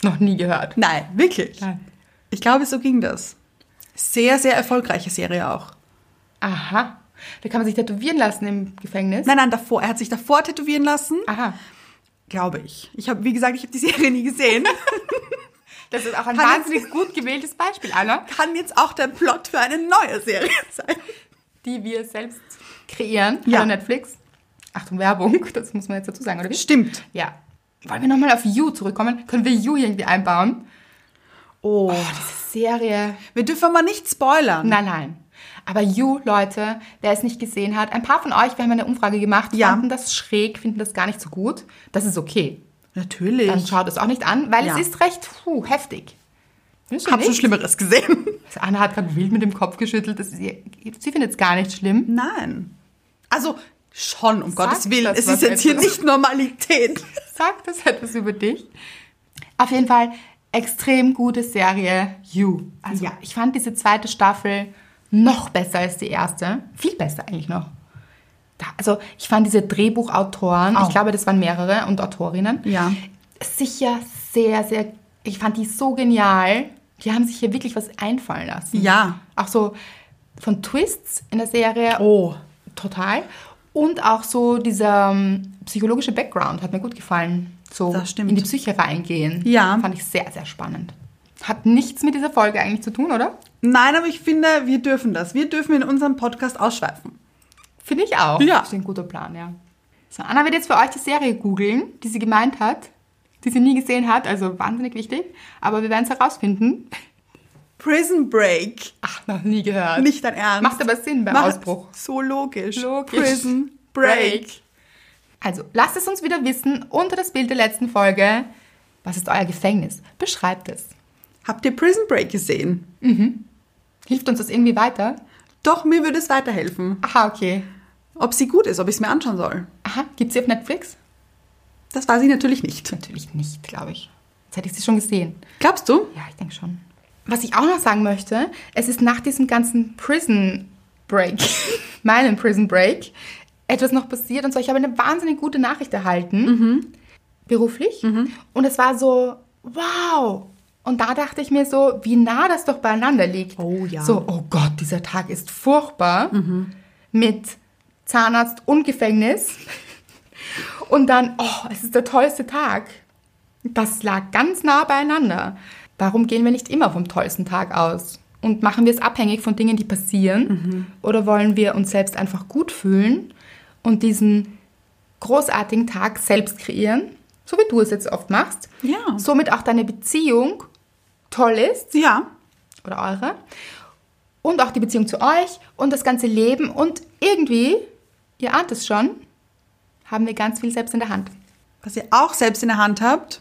Noch nie gehört.
Nein, wirklich.
Nein.
Ich glaube, so ging das. Sehr, sehr erfolgreiche Serie auch.
Aha. Da kann man sich tätowieren lassen im Gefängnis.
Nein, nein, davor. Er hat sich davor tätowieren lassen,
Aha.
glaube ich. Ich habe, wie gesagt, ich habe die Serie nie gesehen.
Das ist auch ein
Kann
wahnsinnig gut gewähltes Beispiel, Anna,
Kann jetzt auch der Plot für eine neue Serie sein.
die wir selbst kreieren.
Ja.
Hallo Netflix. Achtung, Werbung. Das muss man jetzt dazu sagen, oder wie?
Stimmt.
Ja. Wollen wir nochmal auf You zurückkommen? Können wir You irgendwie einbauen?
Oh.
Serie.
Wir dürfen mal nicht spoilern.
Nein, nein. Aber You, Leute, wer es nicht gesehen hat, ein paar von euch, wir haben eine Umfrage gemacht,
Ja.
fanden das schräg, finden das gar nicht so gut. Das ist okay.
Natürlich.
Dann schaut es auch nicht an, weil
Ja.
es ist recht puh, heftig. Findest du
Hab schon
nicht?
Schlimmeres gesehen.
Anna hat gerade wild mit dem Kopf geschüttelt. Das ist ihr, sie findet es gar nicht schlimm.
Nein. Also schon, um
Sagt
Gottes Willen.
das
Es ist
was
jetzt hier
etwas?
nicht Normalität.
Sagt das etwas über dich? Auf jeden Fall extrem gute Serie You. Also
Ja.
ich fand diese zweite Staffel noch besser als die erste. Viel besser eigentlich noch. Da, also ich fand diese Drehbuchautoren,
Auch.
ich glaube, das waren mehrere und Autorinnen,
Ja.
sicher sehr, sehr, ich fand die so genial. Die haben sich hier wirklich was einfallen lassen.
Ja.
Auch so von Twists in der Serie
Oh.
Total. Und auch so dieser ähm, psychologische Background hat mir gut gefallen. So
Das stimmt.
in die Psyche reingehen.
Ja.
Fand ich sehr, sehr spannend. Hat nichts mit dieser Folge eigentlich zu tun, oder?
Nein, aber ich finde, wir dürfen das. Wir dürfen in unserem Podcast ausschweifen.
Finde ich auch.
Ja.
Ist ein guter Plan, ja. So, Anna wird jetzt für euch die Serie googeln, die sie gemeint hat, die sie nie gesehen hat, also wahnsinnig wichtig. Aber wir werden es herausfinden.
Prison Break.
Ach, noch nie gehört.
Nicht dein Ernst.
Macht aber Sinn beim
Mach-
Ausbruch.
So logisch.
Logisch.
Prison Break.
Also, lasst es uns wieder wissen unter das Bild der letzten Folge. Was ist euer Gefängnis? Beschreibt es.
Habt ihr Prison Break gesehen?
Hilft uns das irgendwie weiter?
Doch, mir würde es weiterhelfen.
Aha, okay.
Ob sie gut ist, ob ich es mir anschauen soll.
Aha, gibt's sie auf Netflix?
Das weiß ich natürlich nicht.
Natürlich nicht, glaube ich. Jetzt hätte ich sie schon gesehen.
Glaubst du?
Ja, ich denke schon. Was ich auch noch sagen möchte, es ist nach diesem ganzen Prison Break, meinem Prison Break, etwas noch passiert. Und zwar, ich habe eine wahnsinnig gute Nachricht erhalten,
Mhm.
beruflich. Und es war so, wow. Und da dachte ich mir so, wie nah das doch beieinander liegt.
Oh ja. Mhm.
So, oh Gott, dieser Tag ist furchtbar. Mit Zahnarzt und Gefängnis. Und dann, oh, es ist der tollste Tag. Das lag ganz nah beieinander. Warum gehen wir nicht immer vom tollsten Tag aus? Und machen wir es abhängig von Dingen, die passieren? Oder wollen wir uns selbst einfach gut fühlen und diesen großartigen Tag selbst kreieren? So wie du es jetzt oft machst.
Ja.
Somit auch deine Beziehung toll ist
Ja.
oder eure und auch die Beziehung zu euch und das ganze Leben und irgendwie, ihr ahnt es schon, haben wir ganz viel selbst in der Hand.
Was ihr auch selbst in der Hand habt,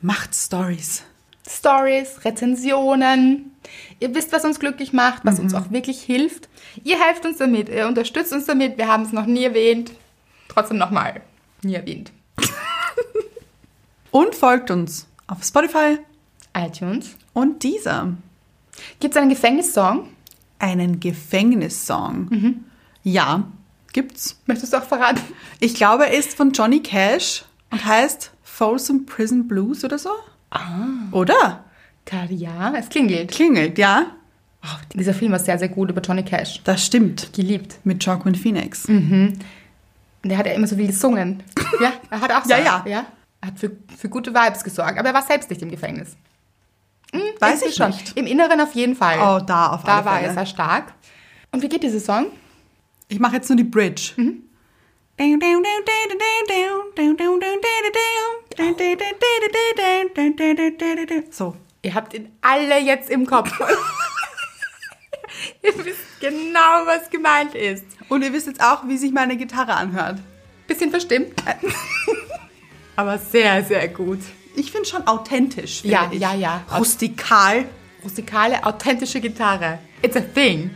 macht Stories.
Stories, Rezensionen. Ihr wisst, was uns glücklich macht, was
Mhm.
uns auch wirklich hilft. Ihr helft uns damit, ihr unterstützt uns damit. Wir haben es noch nie erwähnt. Trotzdem nochmal, nie erwähnt.
Und folgt uns auf Spotify
iTunes.
und dieser.
Gibt es einen Gefängnissong?
Einen Gefängnissong.
Mhm.
Ja, gibt's.
Möchtest du auch verraten?
Ich glaube, er ist von Johnny Cash und heißt Folsom Prison Blues oder so.
Ah.
Oder?
Gerade ja, es klingelt.
Klingelt, ja.
Oh, dieser Film war sehr, sehr gut über Johnny Cash.
Das stimmt.
Geliebt.
Mit Joaquin Phoenix.
Mhm. Und Der hat ja immer so viel gesungen. Ja, er hat auch so.
Ja, ja.
ja. Er hat für, für gute Vibes gesorgt, aber er war selbst nicht im Gefängnis. Hm,
Weiß
irgendwie
ich nicht.
Im Inneren auf jeden Fall.
Oh, da auf
Da
alle
war
Fälle.
er sehr stark. Und wie geht dieser Song?
Ich mache jetzt nur die Bridge. So.
Ihr habt ihn alle jetzt im Kopf. Ihr wisst genau, was gemeint ist.
Und ihr wisst jetzt auch, wie sich meine Gitarre anhört.
Bisschen verstimmt. Aber sehr, sehr gut.
Ich finde schon authentisch. Finde
Ja,
ich.
ja, ja.
Rustikal.
Rustikale, authentische Gitarre. It's a thing.